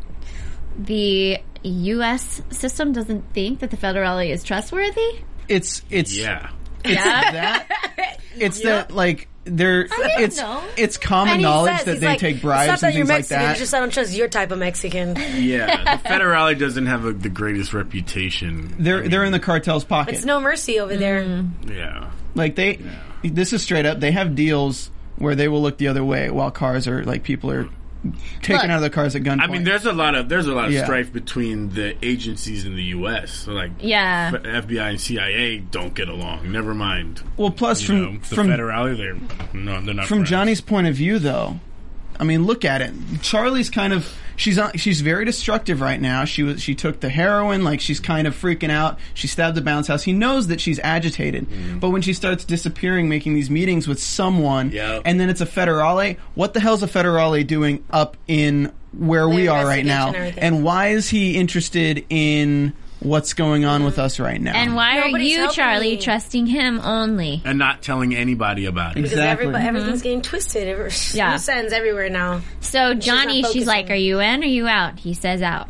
Speaker 2: the U.S. system doesn't think that the Federale is trustworthy?
Speaker 5: It's it's
Speaker 3: Yeah.
Speaker 5: that it's that like there it's
Speaker 2: know.
Speaker 5: it's common knowledge that
Speaker 4: he's
Speaker 5: they
Speaker 4: like,
Speaker 5: take bribes
Speaker 4: it's not
Speaker 5: and
Speaker 4: that you're
Speaker 5: things like
Speaker 4: Mexican,
Speaker 5: that.
Speaker 4: It's just I don't trust your type of Mexican.
Speaker 5: <laughs>
Speaker 4: <laughs>
Speaker 3: Yeah. the Federale doesn't have a, the greatest reputation.
Speaker 5: they're they're in the cartel's pocket.
Speaker 4: It's no mercy over there.
Speaker 5: Mm-hmm.
Speaker 3: Yeah.
Speaker 5: Like they, this is straight up. They have deals where they will look the other way while cars are like people are taken
Speaker 2: Look.
Speaker 5: out of their cars at gunpoint.
Speaker 3: I mean, there's a lot of there's a lot of
Speaker 5: Yeah.
Speaker 3: strife between the agencies in the U.S. So like,
Speaker 2: <laughs> Yeah.
Speaker 3: F- FBI and CIA don't get along. Never mind.
Speaker 5: well, plus from
Speaker 3: you know, the
Speaker 5: from
Speaker 3: Federale, they're no, they're not
Speaker 5: from
Speaker 3: friends.
Speaker 5: Johnny's point of view, though, I mean, look at it. Charlie's kind of she's on, she's very destructive right now. She was she took the heroin, like she's kind of freaking out. She stabbed the bounce house. He knows that she's agitated, but when she starts disappearing, making these meetings with someone,
Speaker 3: Yep.
Speaker 5: and then it's a federale. What the hell's a federale doing up in where we are right
Speaker 4: investigation
Speaker 5: now?
Speaker 4: and everything.
Speaker 5: And why is he interested in what's going on with us right now?
Speaker 2: And why
Speaker 4: Nobody's
Speaker 2: are you,
Speaker 4: helping
Speaker 2: Charlie,
Speaker 4: me.
Speaker 2: trusting him only?
Speaker 3: and not telling anybody about it.
Speaker 4: Because
Speaker 5: Exactly. Mm-hmm.
Speaker 4: everybody, everything's getting twisted. Every, <laughs>
Speaker 2: Yeah.
Speaker 4: Loose ends everywhere now.
Speaker 2: So Johnny,
Speaker 4: not
Speaker 2: she's, like,
Speaker 4: focusing.
Speaker 2: "Are you in? Are you out?" He says, "Out."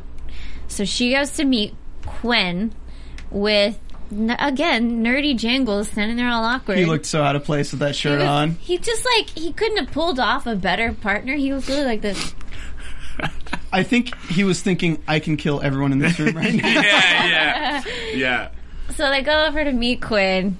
Speaker 2: So she goes to meet Quinn with n- again nerdy Jangles standing there all awkward.
Speaker 5: he looked so out of place with that
Speaker 2: He
Speaker 5: shirt
Speaker 2: was-
Speaker 5: on.
Speaker 2: He just like he couldn't have pulled off a better partner. He was really like this.
Speaker 5: I think he was thinking, I can kill everyone in this room right now.
Speaker 3: <laughs> yeah, yeah, yeah.
Speaker 2: So they go over to meet Quinn.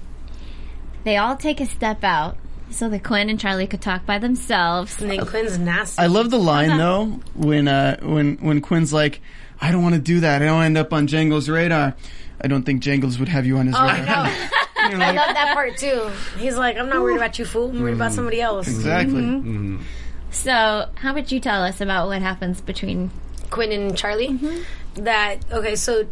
Speaker 2: They all take a step out so that Quinn and Charlie could talk by themselves.
Speaker 4: And then Quinn's nasty.
Speaker 5: I love the line though when uh, when when Quinn's like, I don't want to do that. I don't want to end up on Jangles' radar. I don't think Jangles would have you on his
Speaker 4: I
Speaker 5: radar.
Speaker 4: know. Oh, <laughs> I love that part too. He's like, I'm not worried about you, fool. I'm worried
Speaker 5: Mm-hmm.
Speaker 4: about somebody else.
Speaker 5: Exactly.
Speaker 2: So how would you tell us about what happens between?
Speaker 4: Quinn and Charlie.
Speaker 2: Mm-hmm.
Speaker 4: That okay, so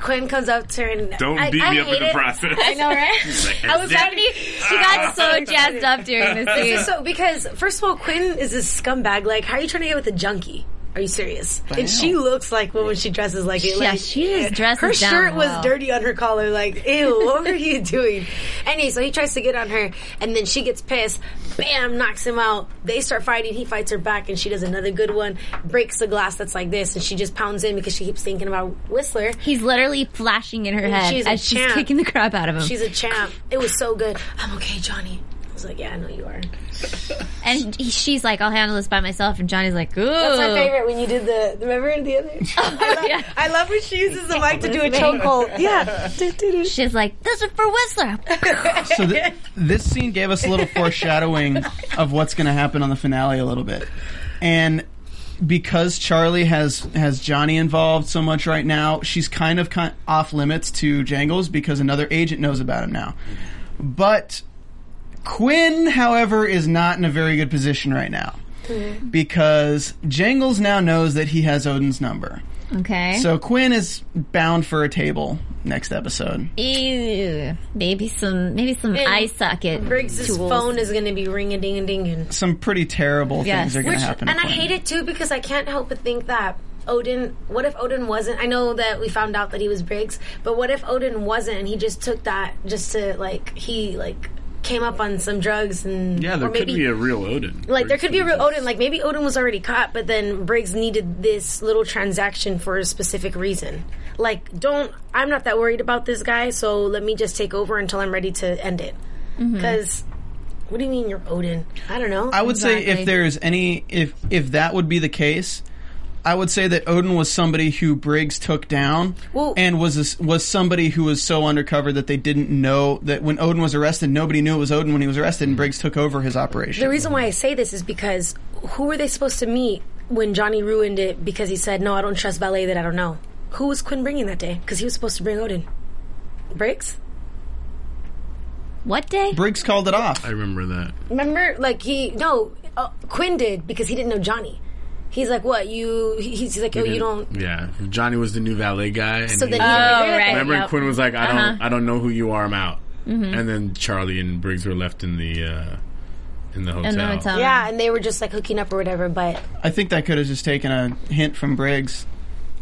Speaker 4: Quinn comes up to her and
Speaker 3: Don't
Speaker 4: I,
Speaker 3: beat
Speaker 4: I
Speaker 3: me up
Speaker 4: hate
Speaker 3: in the
Speaker 4: it.
Speaker 3: process.
Speaker 2: I know, <laughs> right?
Speaker 3: Like,
Speaker 2: I was
Speaker 3: that's
Speaker 2: already. She <laughs> got so jazzed up during this
Speaker 4: Ah. <laughs> This
Speaker 2: scene.
Speaker 4: is so because first of all, Quinn is a scumbag. Like, how are you trying to get with a junkie? Are you serious? And she looks like one when she dresses like it.
Speaker 2: Yeah,
Speaker 4: like,
Speaker 2: she just dresses
Speaker 4: Her
Speaker 2: down
Speaker 4: shirt was
Speaker 2: low.
Speaker 4: dirty on her collar. Like, ew, what were you doing? Anyway, so he tries to get on her, and then she gets pissed. Bam, knocks him out. They start fighting. He fights her back, and she does another good one. Breaks the glass that's like this, and she just pounds in because she keeps thinking about Whistler.
Speaker 2: He's literally flashing in her head
Speaker 4: she's a
Speaker 2: as she's
Speaker 4: champ.
Speaker 2: kicking the crap out of him.
Speaker 4: She's a champ. It was so good. I'm okay, Johnny. I was like, yeah, I know you are.
Speaker 2: and he, she's like, I'll handle this by myself. And Johnny's like, ooh.
Speaker 4: That's my favorite when you did the. Remember the <laughs> other? I, love,
Speaker 2: yeah.
Speaker 4: I love when she uses the mic to do a chokehold. Yeah.
Speaker 2: She's like, this is for Whistler.
Speaker 5: So th- this scene gave us a little foreshadowing of what's going to happen on the finale a little bit, and because Charlie has has Johnny involved so much right now, she's kind of kind off limits to Jangles because another agent knows about him now. But Quinn, however, is not in a very good position right now because Jangles now knows that he has Odin's number.
Speaker 2: Okay.
Speaker 5: So Quinn is bound for a table next episode.
Speaker 2: Ew. Maybe some, maybe some
Speaker 4: And
Speaker 2: eye socket
Speaker 4: Briggs'
Speaker 2: tools.
Speaker 4: phone is going to be ring a ding a ding and
Speaker 5: Some pretty terrible
Speaker 2: Yes.
Speaker 5: things are going to
Speaker 2: Which-
Speaker 5: happen.
Speaker 4: and
Speaker 5: to
Speaker 4: I
Speaker 5: Quinn.
Speaker 4: hate it too because I can't help but think that Odin. What if Odin wasn't? I know that we found out that he was Briggs, but what if Odin wasn't and he just took that just to like he like came up on some drugs and
Speaker 3: Yeah, there
Speaker 4: or
Speaker 3: could
Speaker 4: maybe
Speaker 3: be a real Odin.
Speaker 4: like there could be a real Odin. Like maybe Odin was already caught, but then Briggs needed this little transaction for a specific reason. Like, don't I'm not that worried about this guy, so let me just take over until I'm ready to end it. Because what do you mean you're Odin? I don't know.
Speaker 5: I would say
Speaker 2: Exactly.
Speaker 5: if there is any if if that would be the case, I would say that Odin was somebody who Briggs took down
Speaker 4: Well-
Speaker 5: and was a s was somebody who was so undercover that they didn't know that when Odin was arrested, nobody knew it was Odin when he was arrested, and Briggs took over his operation.
Speaker 4: The reason why I say this is because who were they supposed to meet when Johnny ruined it because he said, "No, I don't trust ballet that I don't know." Who was Quinn bringing that day? Because he was supposed to bring Odin. Briggs.
Speaker 2: What day?
Speaker 5: Briggs called it off.
Speaker 3: I remember that.
Speaker 4: Remember, like he no uh, Quinn did because he didn't know Johnny. He's like, "What you?" he- He's like, "Oh, you don't."
Speaker 3: Yeah, Johnny was the new valet guy. And
Speaker 4: So
Speaker 3: he
Speaker 4: then,
Speaker 3: was
Speaker 4: he
Speaker 2: Oh,
Speaker 3: like-
Speaker 4: didn't agree with
Speaker 2: right.
Speaker 4: it.
Speaker 3: remember
Speaker 2: Yep.
Speaker 3: Quinn was like, "I don't,
Speaker 2: Uh-huh.
Speaker 3: I don't know who you are. I'm out."
Speaker 4: Mm-hmm.
Speaker 3: And then Charlie and Briggs were left in the uh, in the hotel.
Speaker 2: In the hotel.
Speaker 4: Yeah, and they were just like hooking up or whatever. But
Speaker 5: I think that could have just taken a hint from Briggs,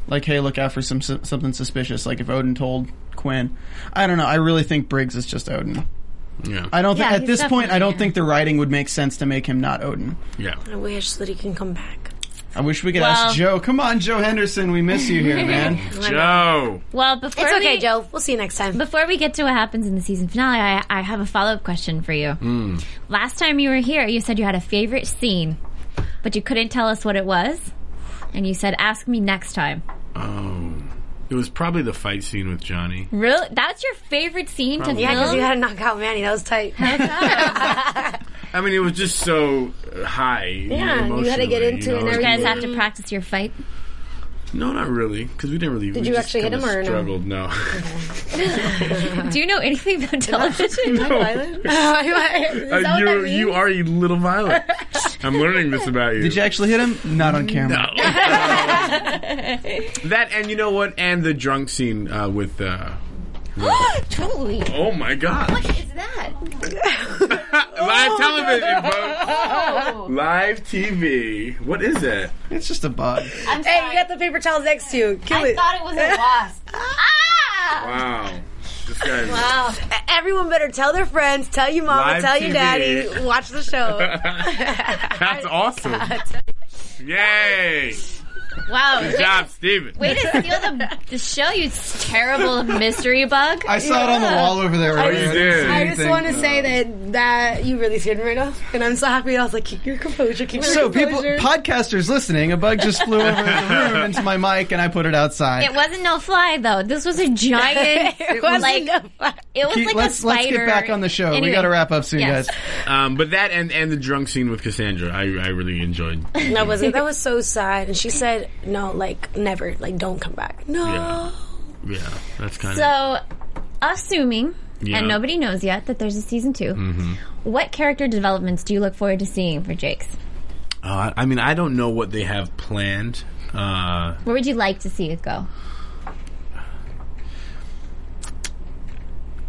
Speaker 5: like, "Hey, look out for some su- something suspicious." Like if Odin told Quinn, I don't know. I really think Briggs is just Odin.
Speaker 3: Yeah,
Speaker 5: I don't. thi-
Speaker 2: Yeah,
Speaker 5: at
Speaker 2: he's
Speaker 5: this point, I
Speaker 2: definitely-
Speaker 5: don't think the writing would make sense to make him not Odin.
Speaker 3: yeah.
Speaker 4: I wish that he can come back.
Speaker 5: I wish we could
Speaker 2: Well-
Speaker 5: ask Joe. Come on, Joe Henderson. We miss you here,
Speaker 4: <laughs>
Speaker 5: man.
Speaker 3: Joe,
Speaker 2: Well, before
Speaker 4: It's okay,
Speaker 2: we,
Speaker 4: Joe. We'll see you next time.
Speaker 2: Before we get to what happens in the season finale, I, I have a follow up question for you. Last time you were here, you said you had a favorite scene, but you couldn't tell us what it was. And you said, ask me next time.
Speaker 3: oh, it was probably the fight scene with Johnny.
Speaker 2: Really? That's your favorite scene to
Speaker 4: yeah, because
Speaker 2: film?
Speaker 4: you had to knock out Manny. That was tight.
Speaker 3: I mean, it was just so uh, high.
Speaker 4: Yeah, you had to get into it and
Speaker 2: you guys
Speaker 4: everything.
Speaker 2: have to practice your fight.
Speaker 3: No, not really, because we didn't really. Did
Speaker 4: you actually hit him or no?
Speaker 3: struggled? No.
Speaker 2: Do you know anything
Speaker 4: <laughs>
Speaker 2: about television?
Speaker 3: <laughs> Uh, you you are a
Speaker 4: <laughs>
Speaker 3: little violent. I'm learning this about you.
Speaker 5: Did you actually hit him? Not on camera.
Speaker 3: <laughs> No. that and you know what? And the drunk scene uh, with. Uh, <gasps>
Speaker 2: totally.
Speaker 3: oh my god!
Speaker 2: Is that?
Speaker 3: <laughs> Live television, folks. Oh. Live TV. What is it?
Speaker 5: It's just a bug.
Speaker 2: I'm
Speaker 4: Hey, you got the paper towels next to you. Kill
Speaker 2: I
Speaker 4: it.
Speaker 2: thought it was a wasp. ah!
Speaker 3: Wow. This guy's.
Speaker 4: Uh, Everyone better tell their friends, tell your mama,
Speaker 3: Live
Speaker 4: tell your
Speaker 3: TV.
Speaker 4: daddy, watch the
Speaker 3: <laughs>
Speaker 4: show. <laughs>
Speaker 3: That's <laughs> awesome. Yay!
Speaker 2: Wow.
Speaker 3: Good job, Steven.
Speaker 2: Way to steal the, the show, you terrible mystery bug.
Speaker 5: I saw it on the wall over there.
Speaker 3: Oh,
Speaker 5: Right
Speaker 3: you did.
Speaker 4: I just want to say that that you really scared me right off, and I'm so happy. I was like, keep your composure, keep your
Speaker 5: So people,
Speaker 4: composure.
Speaker 5: podcasters listening, a bug just flew over the room into my mic, and I put it outside.
Speaker 2: It wasn't no fly though. This was a giant.
Speaker 4: It wasn't
Speaker 2: like
Speaker 4: a fly.
Speaker 2: it was
Speaker 5: Keith,
Speaker 2: like
Speaker 5: let's
Speaker 2: a spider.
Speaker 5: let's get back on the show.
Speaker 2: Anyway,
Speaker 5: We got to wrap up soon,
Speaker 2: yes.
Speaker 5: guys.
Speaker 3: Um, but that and, and the drunk scene with Cassandra, I, I really enjoyed.
Speaker 4: That was that was so sad, and she said, "No, like never, like don't come back." No,
Speaker 3: Yeah, yeah, that's kind of.
Speaker 2: So, assuming
Speaker 3: Yeah.
Speaker 2: and nobody knows yet that there's a season 2
Speaker 5: Mm-hmm.
Speaker 2: What character developments do you look forward to seeing for Jake's?
Speaker 3: Uh, I mean, I don't know what they have planned. Uh,
Speaker 2: Where would you like to see it go?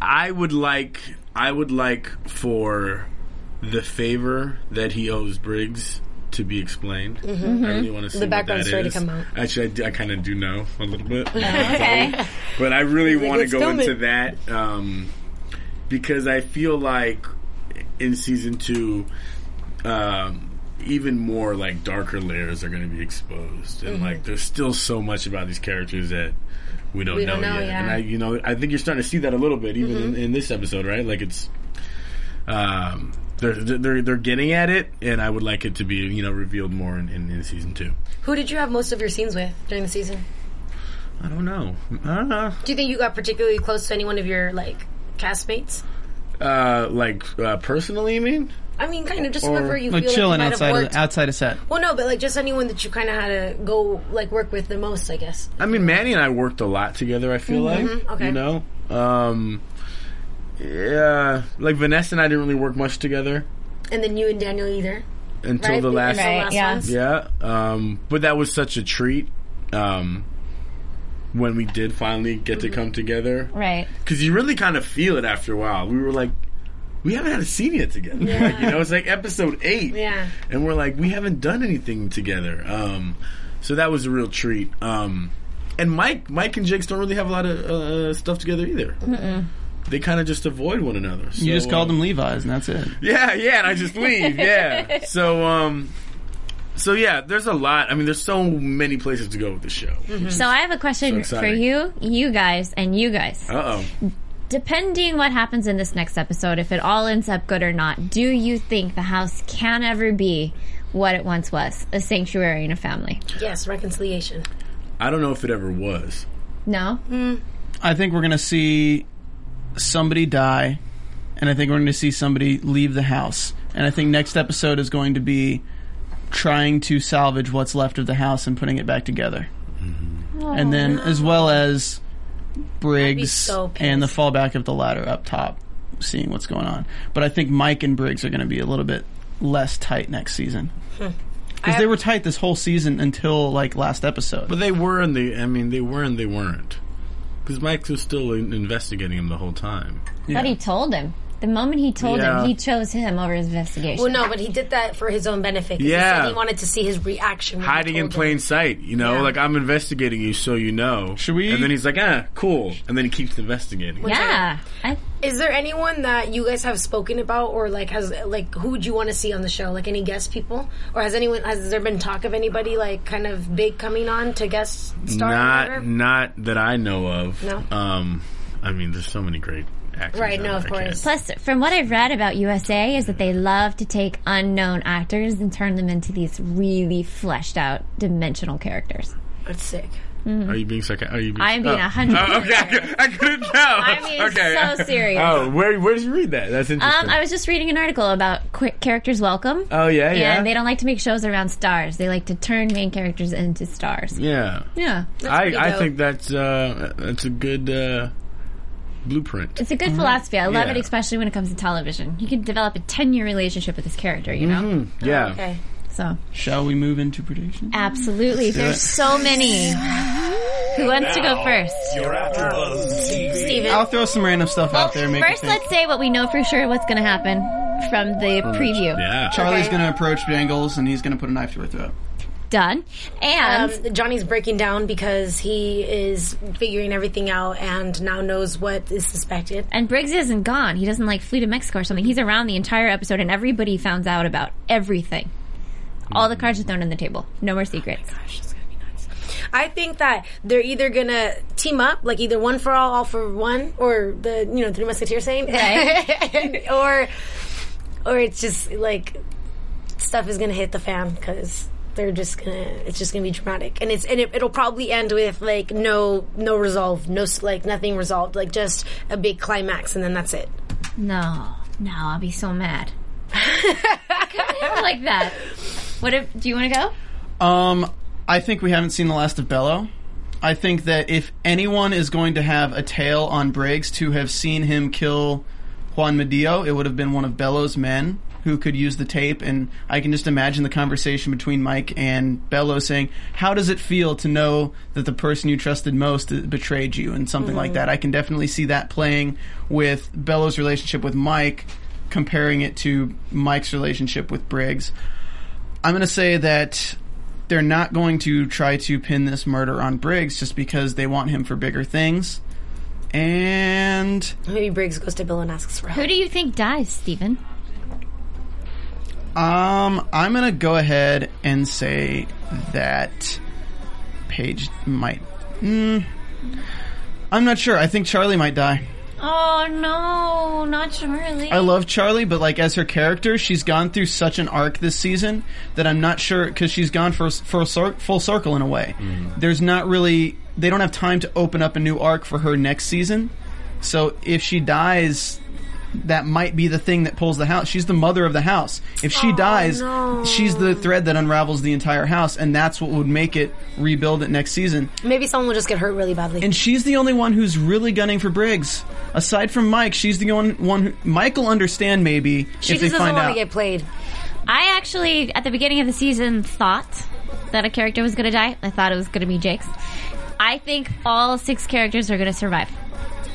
Speaker 3: I would like I would like for the favor that he owes Briggs to be explained.
Speaker 4: Mm-hmm.
Speaker 3: I really want to see what
Speaker 4: background
Speaker 3: that
Speaker 4: story to
Speaker 3: is.
Speaker 4: come out.
Speaker 3: Actually, I, kind of do know a
Speaker 4: <laughs>
Speaker 3: little bit, <laughs>
Speaker 2: Okay.
Speaker 3: but I really want to
Speaker 4: "Let's
Speaker 3: go
Speaker 4: film
Speaker 3: into
Speaker 4: it."
Speaker 3: that um, because I feel like in season two, um, even more like darker layers are going to be exposed,
Speaker 4: Mm-hmm.
Speaker 3: and like there's still so much about these characters that. We don't,
Speaker 4: We
Speaker 3: know,
Speaker 4: don't know,
Speaker 3: yet,
Speaker 4: yeah. Mm-hmm.
Speaker 3: and I, you know, I think you're starting to see that a little bit, even in, in this episode, right? Like it's um, they're, they're they're getting at it, and I would like it to be you know revealed more in, in, in season two.
Speaker 4: Who did you have most of your scenes with during the season?
Speaker 3: I don't know. Uh,
Speaker 4: Do you think you got particularly close to any one of your like castmates?
Speaker 3: uh, like uh, personally, you mean?
Speaker 4: I mean, kind of just whoever you
Speaker 5: Like
Speaker 4: feel
Speaker 5: chilling
Speaker 4: like you might have
Speaker 5: outside of
Speaker 4: worked.
Speaker 5: the, outside of set.
Speaker 4: well, no, but like just anyone that you kind of had to go like work with the most, I guess.
Speaker 3: I mean, Manny and I worked a lot together. I feel like
Speaker 4: Mm-hmm. okay.
Speaker 3: you know, um, yeah, like Vanessa and I didn't really work much together
Speaker 4: And then you and Daniel either.
Speaker 3: until
Speaker 4: right?
Speaker 3: the last
Speaker 2: Right, yeah.
Speaker 4: ones.
Speaker 3: Yeah, um, but that was such a treat um, when we did finally get
Speaker 4: Mm-hmm.
Speaker 3: to come together.
Speaker 2: Right.
Speaker 3: because you really kind of feel it after a while. We were like, we haven't had a scene yet together. Like, you know, it's like episode eight,
Speaker 4: Yeah.
Speaker 3: and we're like, we haven't done anything together. Um, so that was a real treat. Um, and Mike, Mike and Jakes don't really have a lot of uh, stuff together either. They kind of just avoid one another.
Speaker 5: You
Speaker 3: So,
Speaker 5: just called
Speaker 3: um,
Speaker 5: them Levi's, and that's it.
Speaker 3: yeah, yeah, and I just
Speaker 4: <laughs>
Speaker 3: leave. Yeah. so, um, so yeah, there's a lot. I mean, there's so many places to go with the show.
Speaker 4: Mm-hmm.
Speaker 2: So I have a question
Speaker 3: So
Speaker 2: for
Speaker 3: exciting.
Speaker 2: you, you guys, and you guys.
Speaker 3: Uh oh.
Speaker 2: Depending what happens in this next episode, if it all ends up good or not, do you think the house can ever be what it once was? A sanctuary and a family?
Speaker 4: Yes, reconciliation.
Speaker 3: I don't know if it ever was.
Speaker 2: No?
Speaker 5: I think we're gonna see somebody die, and I think we're gonna see somebody leave the house. And I think next episode is going to be trying to salvage what's left of the house and putting it back together.
Speaker 4: Mm-hmm.
Speaker 5: And then, as well as Briggs
Speaker 4: so pissed.
Speaker 5: and the fallback of the ladder up top, seeing what's going on. But I think Mike and Briggs are going to be a little bit less tight next season.
Speaker 4: Hmm.
Speaker 5: Because they were tight this whole season until like last episode.
Speaker 3: But they were and they, I mean, they were and they weren't. Because Mike was still in- investigating him the whole time.
Speaker 2: But he told him. The moment he told
Speaker 3: Yeah.
Speaker 2: him, he chose him over his investigation.
Speaker 4: Well, no, but he did that for his own benefit. 'cause he,
Speaker 3: Yeah.
Speaker 4: said he wanted to see his reaction. when we
Speaker 3: Hiding in
Speaker 4: told him.
Speaker 3: plain sight, you know?
Speaker 4: Yeah.
Speaker 3: Like, I'm investigating you so you know.
Speaker 5: Should we-
Speaker 3: And then he's like, ah, cool. And then he keeps investigating.
Speaker 2: yeah. I,
Speaker 4: Is there anyone that you guys have spoken about, or like has like who would you want to see on the show? Like any guest people, or has anyone has there been talk of anybody like kind of big coming on to guest star? or
Speaker 3: Not,
Speaker 4: whatever?
Speaker 3: not that I know of.
Speaker 4: No.
Speaker 3: Um, I mean, there's so many great actors.
Speaker 4: Right,
Speaker 3: out
Speaker 4: no,
Speaker 3: there.
Speaker 4: of
Speaker 3: I
Speaker 4: course.
Speaker 3: can't-
Speaker 2: Plus, from what I've read about USA, is that they love to take unknown actors and turn them into these really fleshed out dimensional characters.
Speaker 4: That's sick.
Speaker 3: Are you being sarcastic? Are you being
Speaker 2: I'm being
Speaker 3: oh.
Speaker 2: 100%
Speaker 3: Oh, okay, I, cou- I couldn't tell.
Speaker 2: I'm being
Speaker 3: okay.
Speaker 2: so serious.
Speaker 3: Oh, where, where did you read that? That's interesting.
Speaker 2: <laughs> Um, I was just reading an article about quick characters welcome.
Speaker 3: oh, yeah, yeah.
Speaker 2: And they don't like to make shows around stars. They like to turn main characters into stars.
Speaker 3: yeah.
Speaker 2: Yeah.
Speaker 3: I,
Speaker 4: pretty
Speaker 3: I
Speaker 4: dope.
Speaker 3: think that's uh, that's a good uh, blueprint.
Speaker 2: It's a good philosophy. I love
Speaker 3: Mm-hmm. Yeah.
Speaker 2: it, especially when it comes to television. You can develop a 10 year relationship with this character, you know?
Speaker 3: Yeah.
Speaker 4: Okay.
Speaker 2: So,
Speaker 5: Shall we move into predictions?
Speaker 2: absolutely. There's so many. Who wants to go first?
Speaker 8: Your AfterBuzz TV
Speaker 4: Steven.
Speaker 5: I'll throw some random stuff out there. and Make you
Speaker 2: First,
Speaker 5: think.
Speaker 2: let's say what we know for sure what's going to happen from the preview.
Speaker 3: Yeah.
Speaker 5: Charlie's
Speaker 4: Okay.
Speaker 5: going to approach Bengals and he's going to put a knife to her throat.
Speaker 2: Done. And
Speaker 4: Um, Johnny's breaking down because he is figuring everything out and now knows what is suspected.
Speaker 2: and Briggs isn't gone. He doesn't like flee to Mexico or something. He's around the entire episode, and everybody finds out about everything. All the cards are thrown on the table. No more secrets.
Speaker 4: I think that they're either gonna team up, like either one for all, all for one, or the you know three musketeers saying, <laughs> or or it's just like stuff is gonna hit the fan because they're just gonna it's just gonna be dramatic and it's and it, it'll probably end with like no no resolve no s- like nothing resolved like just a big climax and then that's it
Speaker 2: No, no, I'll be so <laughs> mad. Kind of like that. What if? Do you want to go?
Speaker 5: Um, I think we haven't seen the last of Bello. I think that if anyone is going to have a tail on Briggs to have seen him kill Juan Medillo, it would have been one of Bello's men who could use the tape. And I can just imagine the conversation between Mike and Bello saying, How does it feel to know that the person you trusted most betrayed you? And something like that. I can definitely see that playing with Bello's relationship with Mike, comparing it to Mike's relationship with Briggs. I'm going to say that they're not going to try to pin this murder on Briggs just because they want him for bigger things. And
Speaker 7: Maybe Briggs goes to Bill and asks for help.
Speaker 2: Who <laughs> do you think dies, Stephen?
Speaker 5: um, I'm going to go ahead and say that Paige might. Mm, I'm not sure. I think Charlie might die.
Speaker 2: Oh no, not Charlie.
Speaker 5: I love Charlie, but like as her character, she's gone through such an arc this season that I'm not sure because she's gone for, for cir- full circle in a way. There's not really they don't have time to open up a new arc for her next season. So if she dies, that might be the thing that pulls the house. She's the mother of the house. If she dies, she's the thread that unravels the entire house, and that's what would make it rebuild it next season.
Speaker 7: Maybe someone will just get hurt really badly.
Speaker 5: And she's the only one who's really gunning for Briggs. Aside from Mike, she's the only one. Who, Mike will understand maybe
Speaker 7: she
Speaker 5: if
Speaker 7: just
Speaker 5: they
Speaker 7: doesn't
Speaker 5: find
Speaker 7: want to
Speaker 5: out.
Speaker 7: get played.
Speaker 2: I actually, at the beginning of the season, thought that a character was going to die. I thought it was going to be Jake's. I think all six characters are going to survive.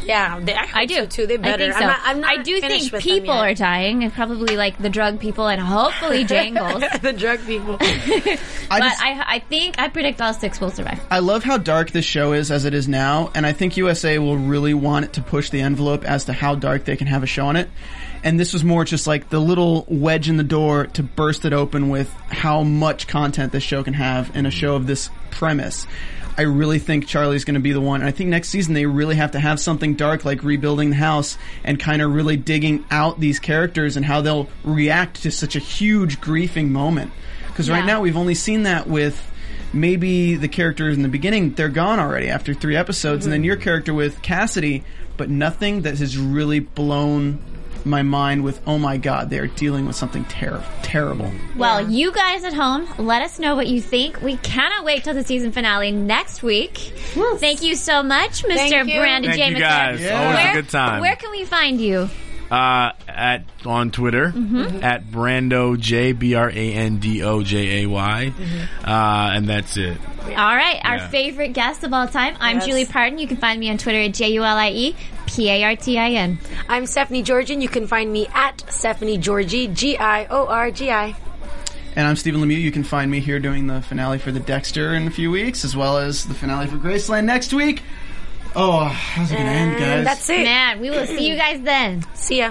Speaker 7: Yeah, they, I,
Speaker 2: I
Speaker 7: hope
Speaker 2: do
Speaker 7: so, too. They better.
Speaker 2: I think so.
Speaker 7: I'm not, I'm not
Speaker 2: I do
Speaker 7: finished
Speaker 2: think
Speaker 7: with them
Speaker 2: people
Speaker 7: yet. <laughs>
Speaker 2: are dying, and probably like the drug people, and hopefully Jangles.
Speaker 7: the drug people.
Speaker 5: I,
Speaker 2: but
Speaker 5: just, I,
Speaker 2: I, I think I predict all six will survive.
Speaker 5: love how dark this show is as it is now, and I think USA will really want it to push the envelope as to how dark they can have a show on it. And this was more just like the little wedge in the door to burst it open with how much content this show can have in a show of this premise. I really think Charlie's going to be the one. And I think next season they really have to have something dark like rebuilding the house and kind of really digging out these characters and how they'll react to such a huge grieving moment. Because right
Speaker 2: Yeah.
Speaker 5: now we've only seen that with maybe the characters in the beginning, they're gone already after three episodes,
Speaker 7: Mm-hmm.
Speaker 5: and then your character with Cassidy, but nothing that has really blown my mind with, oh my god, they are dealing with something ter- terrible.
Speaker 2: Well, you guys at home, let us know what you think. We cannot wait till the season finale next week. Thank you so much, Mr.
Speaker 7: Thank you.
Speaker 2: Brandon
Speaker 6: Thank you
Speaker 2: Jameson.
Speaker 6: guys. Always a good time.
Speaker 2: Where can we find you?
Speaker 6: Uh, at on Twitter
Speaker 2: Mm-hmm.
Speaker 6: at Brando J B R A N D O J A Y,
Speaker 2: Mm-hmm.
Speaker 6: uh, and that's it.
Speaker 2: All right, our
Speaker 6: Yeah.
Speaker 2: favorite guest of all time. I'm
Speaker 7: Yes.
Speaker 2: Julie Parton. You can find me on Twitter at J U L I E P A R T I N.
Speaker 7: <laughs> I'm Stephanie Georgian. You can find me at Stephanie Georgie, G I O R G I.
Speaker 5: And I'm Stephen Lemieux. You can find me here doing the finale for The Dexter in a few weeks, as well as the finale for Graceland next week. Oh, how's it going to end, guys?
Speaker 7: And that's it.
Speaker 2: Man, we will see you guys then.
Speaker 7: See ya.